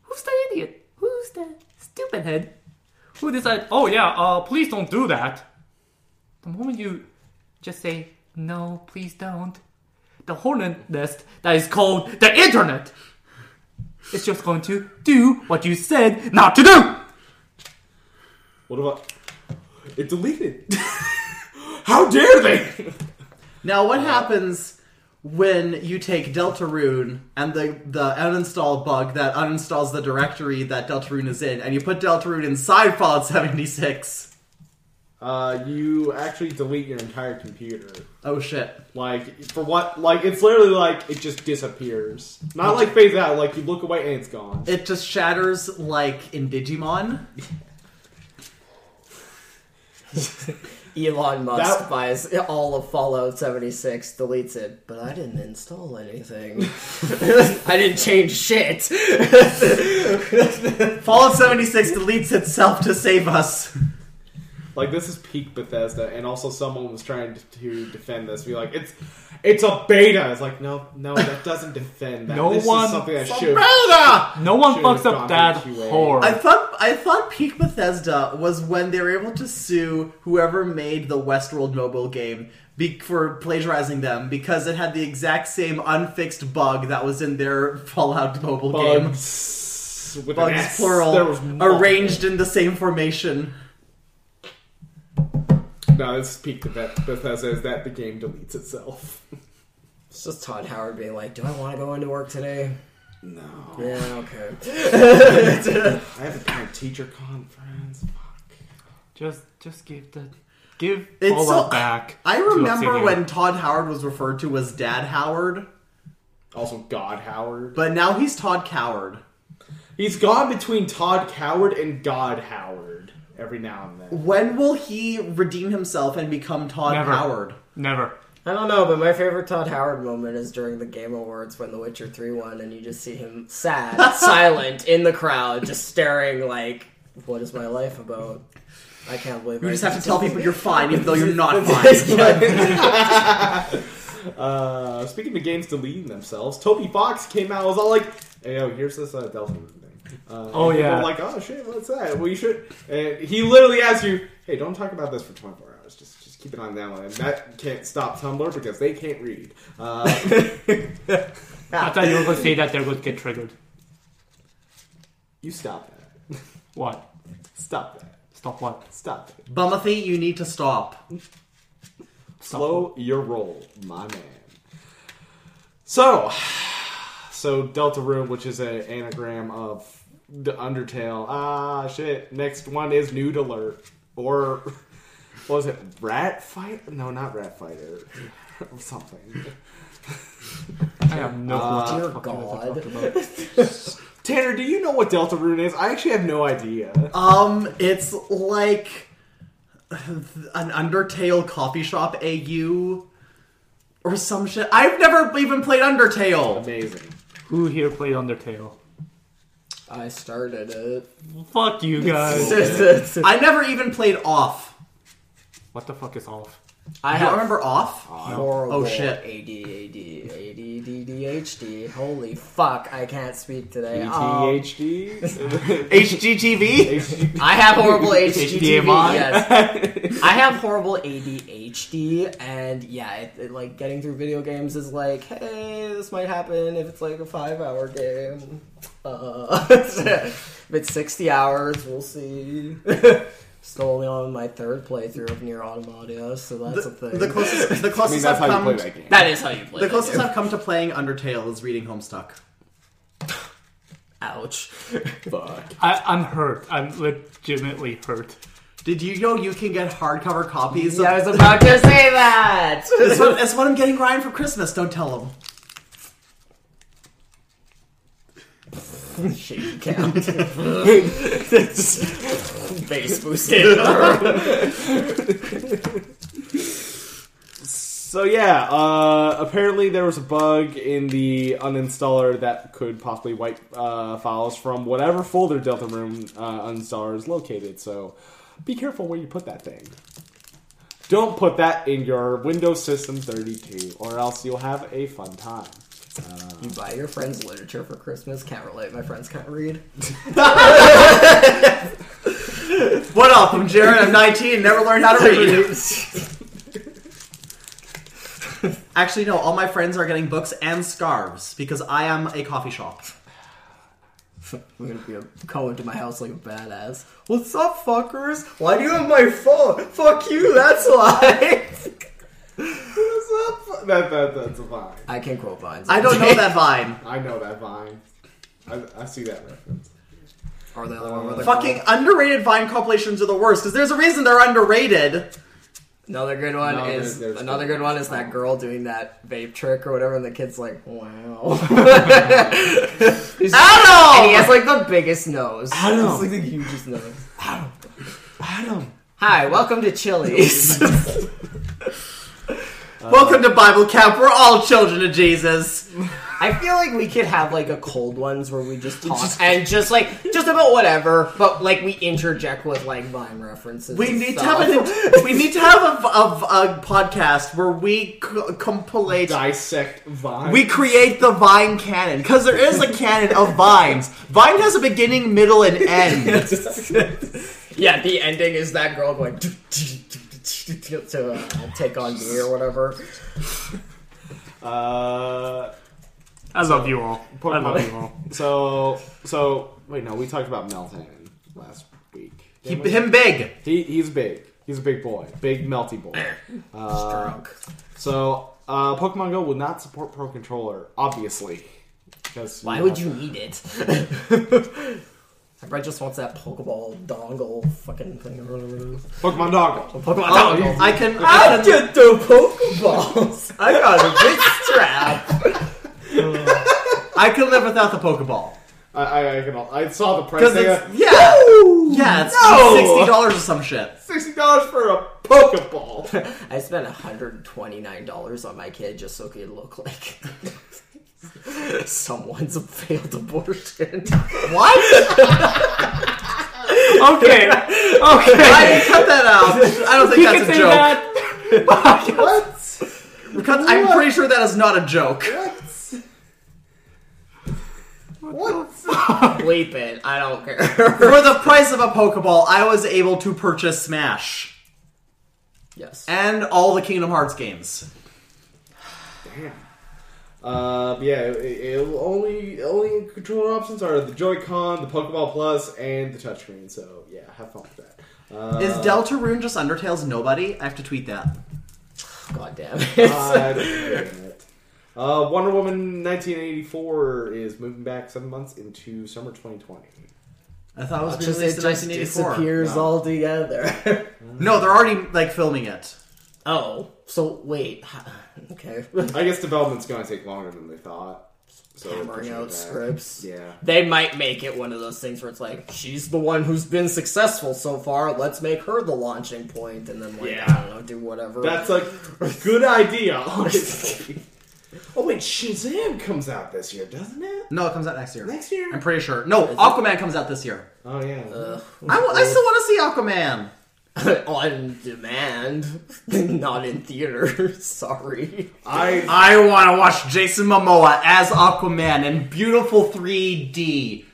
[SPEAKER 7] who's the idiot? Who's the stupid head? Who decided? Oh yeah, uh, please don't do that. The moment you just say no, please don't, the hornet nest that is called the internet it's just going to do what you said not to do.
[SPEAKER 1] What about it deleted? how dare they?
[SPEAKER 2] Now, what happens when you take Deltarune and the, the uninstall bug that uninstalls the directory that Deltarune is in, and you put Deltarune inside Fallout 76?
[SPEAKER 1] Uh, you actually delete your entire computer.
[SPEAKER 2] Oh shit.
[SPEAKER 1] Like for what? Like it's literally like it just disappears. Not like phase out. Like you look away and it's gone.
[SPEAKER 2] It just shatters like in Digimon.
[SPEAKER 3] Elon Musk
[SPEAKER 1] That-
[SPEAKER 3] buys all of Fallout 76, deletes it, but I didn't install anything. I didn't change shit.
[SPEAKER 2] Fallout 76 deletes itself to save us.
[SPEAKER 1] Like this is peak Bethesda, and also someone was trying to, to defend this, be like, it's it's a beta. It's like, no, no, that doesn't defend that.
[SPEAKER 7] No
[SPEAKER 1] this
[SPEAKER 7] one-
[SPEAKER 1] is something that should.
[SPEAKER 2] Umbrella!
[SPEAKER 7] No one
[SPEAKER 1] Should've
[SPEAKER 7] fucks
[SPEAKER 1] gone
[SPEAKER 7] up that
[SPEAKER 1] for QA.
[SPEAKER 7] hard.
[SPEAKER 2] I thought I thought peak Bethesda was when they were able to sue whoever made the Westworld mobile game be- for plagiarizing them because it had the exact same unfixed bug that was in their Fallout mobile game.
[SPEAKER 1] Bugs, with an
[SPEAKER 2] Bugs
[SPEAKER 1] S.
[SPEAKER 2] plural,
[SPEAKER 1] There was multiple.
[SPEAKER 2] arranged in the same formation.
[SPEAKER 1] No, this is peak Beth- Bethesda. Is that the game deletes itself?
[SPEAKER 3] It's just Todd Howard being like, Do I want to go into work today?
[SPEAKER 1] No,
[SPEAKER 3] Yeah, okay.
[SPEAKER 1] I have a parent teacher conference. Fuck.
[SPEAKER 7] Just, just give the, give
[SPEAKER 2] It's
[SPEAKER 7] all
[SPEAKER 2] so-
[SPEAKER 7] that back.
[SPEAKER 2] I
[SPEAKER 7] to
[SPEAKER 2] remember
[SPEAKER 7] Obsidian.
[SPEAKER 2] when Todd Howard was referred to as Dad Howard,
[SPEAKER 1] Also, God Howard.
[SPEAKER 2] but now he's Todd Coward.
[SPEAKER 1] He's gone between Todd Coward and God Howard every now and then.
[SPEAKER 2] When will he redeem himself and become Todd
[SPEAKER 7] Never.
[SPEAKER 2] Howard?
[SPEAKER 7] never.
[SPEAKER 3] I don't know, but my favorite Todd Howard moment is during the Game Awards when The Witcher 3 won, and you just see him sad, silent, in the crowd, just staring like, What is my life about? I can't believe
[SPEAKER 2] You
[SPEAKER 3] I
[SPEAKER 2] just have
[SPEAKER 3] did
[SPEAKER 2] to tell
[SPEAKER 3] something."
[SPEAKER 2] people you're fine, even though you're not fine.
[SPEAKER 1] Uh, speaking of games deleting themselves, Toby Fox came out and was all like, "Hey, yo, here's this uh, Delphi Moon thing." Uh,
[SPEAKER 7] Oh,
[SPEAKER 1] and people
[SPEAKER 7] yeah.
[SPEAKER 1] were like, "Oh shit, what's that?" Well, you should. And he literally asked you, "Hey, don't talk about this for 24 hours. Just, just keep it on that one." And that can't stop Tumblr because they can't read. Uh,
[SPEAKER 7] I thought you were going to say that they're going to get triggered.
[SPEAKER 1] you stop that.
[SPEAKER 7] What?
[SPEAKER 1] Stop that.
[SPEAKER 7] Stop what?
[SPEAKER 1] Stop it.
[SPEAKER 2] Bumothy, you need to stop.
[SPEAKER 7] Stop what?
[SPEAKER 1] Slow your roll, my man. So, so Delta Room, which is an anagram of D- Undertale. Ah, shit. Next one is Noodler, or what was it? Rat fight? No, not rat fighter. Something.
[SPEAKER 7] I have no clue.
[SPEAKER 3] Dear
[SPEAKER 7] what the fuck
[SPEAKER 3] God.
[SPEAKER 7] you guys are talking about.
[SPEAKER 1] Tanner, do you know what Delta Rune is? I actually have no idea.
[SPEAKER 2] Um, it's like an Undertale coffee shop AU or some shit. I've never even played Undertale.
[SPEAKER 1] Amazing.
[SPEAKER 7] Who here played Undertale?
[SPEAKER 3] I started it.
[SPEAKER 7] Fuck you guys.
[SPEAKER 2] I never even played Off.
[SPEAKER 7] what the fuck is off?
[SPEAKER 3] I
[SPEAKER 2] Do you
[SPEAKER 3] have
[SPEAKER 2] remember Off?
[SPEAKER 3] horrible
[SPEAKER 2] Oh, shit.
[SPEAKER 3] ADD, ADDDHD. Holy fuck, I can't speak today. Um,
[SPEAKER 1] ETHD?
[SPEAKER 2] HGTV?
[SPEAKER 3] I have horrible HDTV,
[SPEAKER 7] HDMI.
[SPEAKER 3] yes. I have horrible ADHD, and yeah, it, it, like getting through video games is like, hey, this might happen if it's like a five-hour game. Uh, if it's sixty hours, we'll see. Still only on my third playthrough of Near Automata, so that's a thing.
[SPEAKER 2] The closest, the
[SPEAKER 1] I mean,
[SPEAKER 2] closest I
[SPEAKER 1] that's
[SPEAKER 2] have
[SPEAKER 1] how
[SPEAKER 2] come.
[SPEAKER 1] you play that game.
[SPEAKER 3] that is how you play.
[SPEAKER 2] The
[SPEAKER 3] that
[SPEAKER 2] closest
[SPEAKER 3] game.
[SPEAKER 2] I've come to playing Undertale is reading Homestuck.
[SPEAKER 3] Ouch.
[SPEAKER 1] Fuck.
[SPEAKER 7] I, I'm hurt. I'm legitimately hurt.
[SPEAKER 2] Did you know you can get hardcover copies
[SPEAKER 3] I
[SPEAKER 2] of
[SPEAKER 3] was about to say that.
[SPEAKER 2] That's what, that's what I'm getting Ryan for Christmas. Don't tell him.
[SPEAKER 3] Shaky count. Face boosted.
[SPEAKER 1] So yeah, uh, apparently there was a bug in the uninstaller that could possibly wipe uh, files from whatever folder Delta Room uh, uninstaller is located. So be careful where you put that thing. Don't put that in your Windows System 32, or else you'll have a fun time.
[SPEAKER 3] You buy your friends literature for Christmas. Can't relate. My friends can't read.
[SPEAKER 2] What up? I'm Jared. I'm 19. Never learned how to read. Actually, no. All my friends are getting books and scarves because I am a coffee shop.
[SPEAKER 3] I'm gonna be a going to my house like a badass. What's up, fuckers? Why do you have my phone? Fuck you. That's why.
[SPEAKER 1] What's up? That, that, that's a vine.
[SPEAKER 3] I can quote lines.
[SPEAKER 2] I don't know that vine.
[SPEAKER 1] I know that vine. I, I see that reference.
[SPEAKER 3] Or the other one where they're
[SPEAKER 2] Fucking underrated vine compilations are the worst because there's a reason they're underrated.
[SPEAKER 3] Another good one
[SPEAKER 1] No,
[SPEAKER 3] is
[SPEAKER 1] there- there's Um,
[SPEAKER 3] another
[SPEAKER 1] good
[SPEAKER 3] good one is that girl doing that vape trick or whatever, and the kid's like, "Wow."
[SPEAKER 2] Adam!
[SPEAKER 3] And he has like the biggest nose. Adam. It's like the hugest nose. Adam. Adam.
[SPEAKER 9] Hi, welcome to Chili's.
[SPEAKER 2] Welcome to Bible Camp. We're all children of Jesus.
[SPEAKER 9] I feel like we could have like a cold ones where we just talk and just like just about whatever, but like we interject with like Vine references.
[SPEAKER 2] We
[SPEAKER 9] and
[SPEAKER 2] need to
[SPEAKER 9] stuff.
[SPEAKER 2] have an, we need to have a, a, a podcast where we c- compilate
[SPEAKER 1] Dissect Vine.
[SPEAKER 2] We create the Vine canon because there is a canon of vines. Vine has a beginning, middle, and end.
[SPEAKER 3] Yeah, the ending is that girl going to uh, take on me or whatever.
[SPEAKER 1] uh,
[SPEAKER 7] I love you all. I love you all.
[SPEAKER 1] so so wait no we talked about Melton last week.
[SPEAKER 2] Keep him big.
[SPEAKER 1] He, he's big. He's a big boy. Big melty boy. Uh, So uh, Pokemon Go will not support Pro Controller, obviously. Because
[SPEAKER 3] Why would you need it? I probably just wants that Pokeball dongle fucking thing or whatever.
[SPEAKER 1] Pokemon Dog.
[SPEAKER 3] Pokeball
[SPEAKER 2] Oh, I can. I
[SPEAKER 3] I'll
[SPEAKER 2] can
[SPEAKER 3] get the Pokeballs. I got a big strap.
[SPEAKER 2] I can live without the Pokeball.
[SPEAKER 1] I, I, I can. I saw the price.
[SPEAKER 2] Because
[SPEAKER 1] Tag
[SPEAKER 2] it's
[SPEAKER 1] at
[SPEAKER 2] yeah, yeah, it's
[SPEAKER 1] No!
[SPEAKER 2] sixty dollars or some shit.
[SPEAKER 1] sixty dollars for a Pokeball.
[SPEAKER 3] I spent $129 on my kid just so he could look like someone's failed abortion.
[SPEAKER 2] What?
[SPEAKER 7] Okay,
[SPEAKER 2] I
[SPEAKER 7] okay.
[SPEAKER 2] didn't cut that out. I don't think
[SPEAKER 7] You can
[SPEAKER 2] that's a
[SPEAKER 7] say
[SPEAKER 2] joke.
[SPEAKER 7] that.
[SPEAKER 2] Because I'm pretty sure that is not a joke.
[SPEAKER 3] Bleep it. I don't care.
[SPEAKER 2] For the price of a Pokeball, I was able to purchase Smash
[SPEAKER 3] Yes.
[SPEAKER 2] and all the Kingdom Hearts games.
[SPEAKER 1] Uh, but yeah, it, it will only only controller options are the Joy-Con, the Pokeball Plus, and the touchscreen. So yeah, have fun with that. Uh,
[SPEAKER 2] Is Deltarune just Undertale's nobody? I have to tweet that.
[SPEAKER 3] God damn it.
[SPEAKER 1] God damn it. Uh, Wonder Woman 1984 is moving back seven months into summer 2020.
[SPEAKER 2] I thought it was
[SPEAKER 3] just,
[SPEAKER 2] released
[SPEAKER 3] it
[SPEAKER 2] in
[SPEAKER 3] just
[SPEAKER 2] 1984.
[SPEAKER 3] disappears altogether.
[SPEAKER 2] No, they're already like filming it.
[SPEAKER 3] oh, so wait. huh, Okay.
[SPEAKER 1] I guess development's going to take longer than they thought. So they're
[SPEAKER 3] Hammering
[SPEAKER 1] pushing it
[SPEAKER 3] out
[SPEAKER 1] back.
[SPEAKER 3] scripts.
[SPEAKER 1] Yeah.
[SPEAKER 3] They might make it one of those things where it's like, she's the one who's been successful so far, let's make her the launching point, and then, like, I don't know, do whatever.
[SPEAKER 1] That's a good idea, honestly. oh, wait, Shazam comes out this year, doesn't it?
[SPEAKER 2] No, it comes out next year.
[SPEAKER 1] Next year?
[SPEAKER 2] I'm pretty sure. No, Aquaman comes out this year.
[SPEAKER 1] Oh, yeah.
[SPEAKER 2] I, wa- I still want to see Aquaman.
[SPEAKER 3] on Oh, demand, not in theaters. Sorry.
[SPEAKER 1] I
[SPEAKER 2] I want to watch Jason Momoa as Aquaman in beautiful 3D.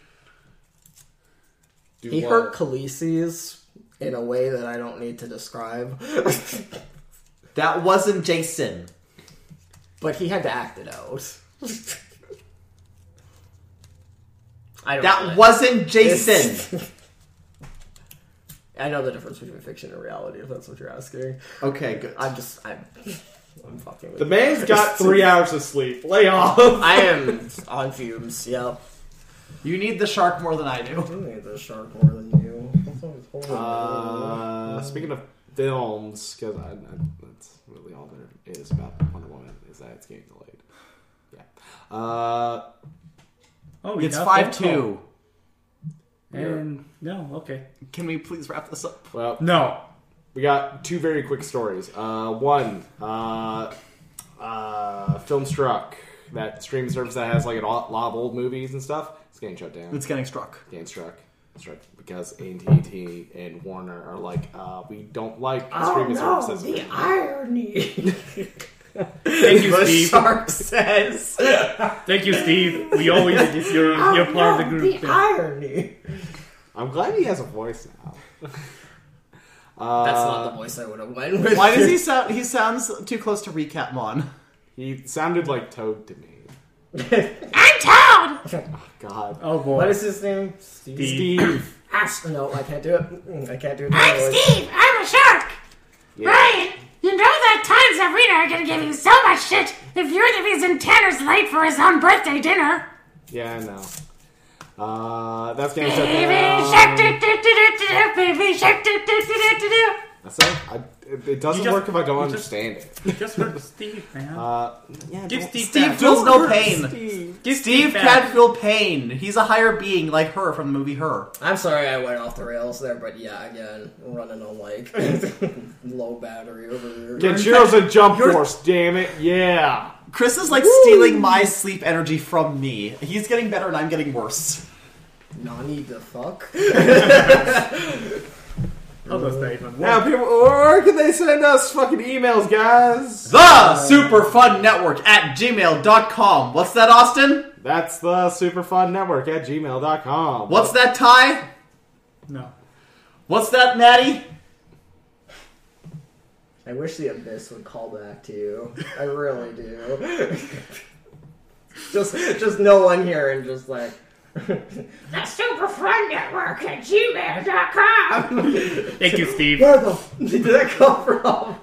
[SPEAKER 1] do
[SPEAKER 3] He
[SPEAKER 1] want-
[SPEAKER 3] hurt Khaleesi's in a way that I don't need to describe,
[SPEAKER 2] That wasn't Jason.
[SPEAKER 3] but he had to act it out. I don't
[SPEAKER 2] That
[SPEAKER 3] really-
[SPEAKER 2] wasn't Jason.
[SPEAKER 3] I know the difference between fiction and reality, if that's what you're asking.
[SPEAKER 2] okay, good.
[SPEAKER 3] I'm just, I'm, I'm fucking. With
[SPEAKER 1] The man's got three hours of sleep. Lay off.
[SPEAKER 3] I am on fumes. Yeah.
[SPEAKER 2] You need the shark more than I do.
[SPEAKER 3] You need the shark more than you. That's always horrible.
[SPEAKER 1] Uh, speaking of films, because I, I, that's really all there is about Wonder Woman is that it's getting delayed. Yeah. Uh,
[SPEAKER 4] Oh, we
[SPEAKER 2] It's
[SPEAKER 4] got
[SPEAKER 2] five
[SPEAKER 4] phone call.
[SPEAKER 2] two.
[SPEAKER 4] And no, okay.
[SPEAKER 2] Can we please wrap this up?
[SPEAKER 1] well,
[SPEAKER 4] No.
[SPEAKER 1] we got two very quick stories. Uh, one, uh, uh, Filmstruck, that streaming service that has like a lot lot of old movies and stuff, it's getting shut down.
[SPEAKER 2] It's getting struck.
[SPEAKER 1] getting struck. Struck because AT&T and Warner are like, uh, we don't like
[SPEAKER 3] Oh,
[SPEAKER 1] streaming services.
[SPEAKER 3] irony.
[SPEAKER 4] Thank you, Steve.
[SPEAKER 3] Shark says.
[SPEAKER 4] Thank you, Steve. We always it's your you're part of the group. yeah.
[SPEAKER 3] Oh, irony.
[SPEAKER 1] I'm glad he has a voice now.
[SPEAKER 3] That's not the voice I would have went with.
[SPEAKER 2] Why does he sound? He sounds too close to Recap Mon.
[SPEAKER 1] He sounded like Toad to me. I'm Toad! God.
[SPEAKER 4] Oh boy.
[SPEAKER 3] What is his name? Steve.
[SPEAKER 4] Steve.
[SPEAKER 1] Steve.
[SPEAKER 3] No, I can't do it. Mm, I can't do it. I'm Steve.
[SPEAKER 5] I'm a shark! Right? You know that Times Arena are gonna give you so much shit if you're the reason Tanner's late for his own birthday dinner!
[SPEAKER 1] Yeah, I know. Uh, that's getting shut
[SPEAKER 5] Baby
[SPEAKER 1] down.
[SPEAKER 5] shark do do do do do do, baby shark do do do do do do.
[SPEAKER 1] I said I, it, it doesn't
[SPEAKER 4] You just-
[SPEAKER 1] work if I don't
[SPEAKER 4] you
[SPEAKER 1] understand it.
[SPEAKER 4] You just hurt Steve, man.
[SPEAKER 1] Uh, yeah,
[SPEAKER 4] Give
[SPEAKER 1] don't-
[SPEAKER 4] Steve,
[SPEAKER 2] Steve
[SPEAKER 4] back.
[SPEAKER 2] feels no
[SPEAKER 1] hurt
[SPEAKER 2] pain.
[SPEAKER 1] Steve.
[SPEAKER 4] Give
[SPEAKER 2] Steve
[SPEAKER 4] back.
[SPEAKER 2] can feel pain. He's a higher being like her from the movie Her.
[SPEAKER 3] I'm sorry I went off the rails there, but yeah, again, running on like low battery over here.
[SPEAKER 1] Genjiro's a jump
[SPEAKER 2] You're-
[SPEAKER 1] force, damn it. Yeah.
[SPEAKER 2] Chris is like stealing my sleep energy from me. He's getting better and I'm getting worse.
[SPEAKER 3] Nani the fuck?
[SPEAKER 4] How does that even work?
[SPEAKER 1] Now, people, or can they send us fucking emails, guys?
[SPEAKER 2] The Super Fun Network at gmail.com. What's that, Austin?
[SPEAKER 1] That's the Superfun Network at gmail.com.
[SPEAKER 2] What's that, Ty?
[SPEAKER 4] No.
[SPEAKER 2] What's that, Maddie?
[SPEAKER 3] I wish the abyss would call back to you. I really do. just, just no one here, and just like
[SPEAKER 5] The Superfund Network at gmail.com.
[SPEAKER 4] Thank you, Steve.
[SPEAKER 3] where the f- did that come from?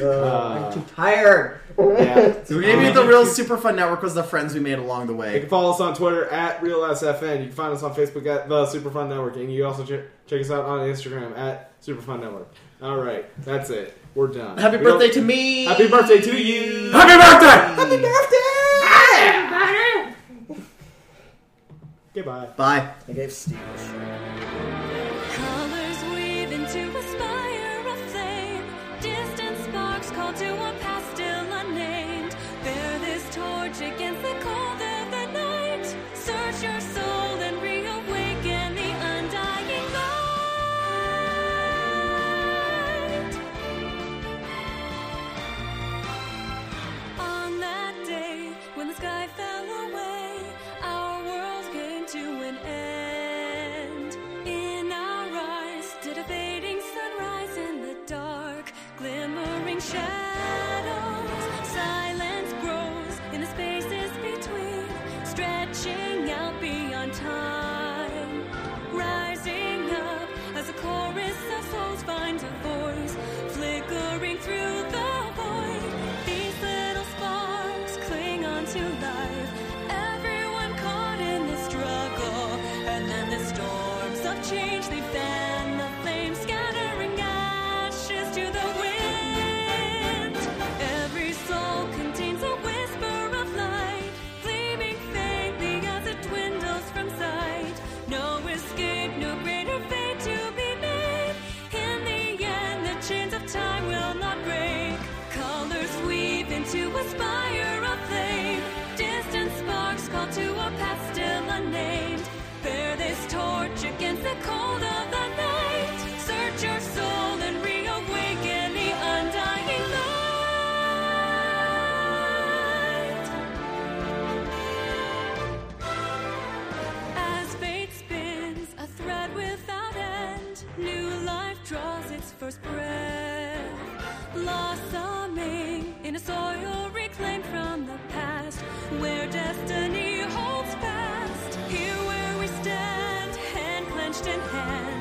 [SPEAKER 3] Uh, I'm too tired.
[SPEAKER 1] Yeah.
[SPEAKER 2] So maybe the real Super Fun Network was the friends we made along the
[SPEAKER 1] You
[SPEAKER 2] way.
[SPEAKER 1] can follow us on Twitter at RealSFN. You can find us on Facebook at The Superfun Network. And you can also check, check us out on Instagram at Superfun Network. All right. That's it. We're done.
[SPEAKER 2] Happy
[SPEAKER 1] We don't-
[SPEAKER 2] birthday to me!
[SPEAKER 1] Happy birthday to you!
[SPEAKER 2] Happy birthday! Happy birthday!
[SPEAKER 5] Bye, everybody.
[SPEAKER 1] Goodbye.
[SPEAKER 2] Bye.
[SPEAKER 3] I gave Steve a shot.
[SPEAKER 10] Colors weave into a spire of flame. Distant sparks call to a past still unnamed. Bear this torch against the cold of the night. Search your soul and reawaken the undying light. On that day, when the sky fell away, our world came to an end. In our eyes, did a fading sunrise in the dark, glimmering shadows. Silence grows in the spaces between, stretching out beyond time. Rising up as a chorus of souls finds a voice, flickering through the void. These little sparks cling on to life. Everyone caught in the struggle, and then the storms of change they fan the flames, scattering ashes to the wind. Every soul contains a whisper of light, gleaming faintly as it dwindles from sight. No escape, no greater fate to be made. In the end, the chains of time will not break. Colors weave into a spire of flame. Distant sparks call to a past still unnamed. Bear this torch against the cold of the night. Search your soul and reawaken the undying light. As fate spins a thread without end, new life draws its first breath. Blossoming in a soil reclaimed from the past, where destiny holds fast. Here where we stand, hand clenched in hand.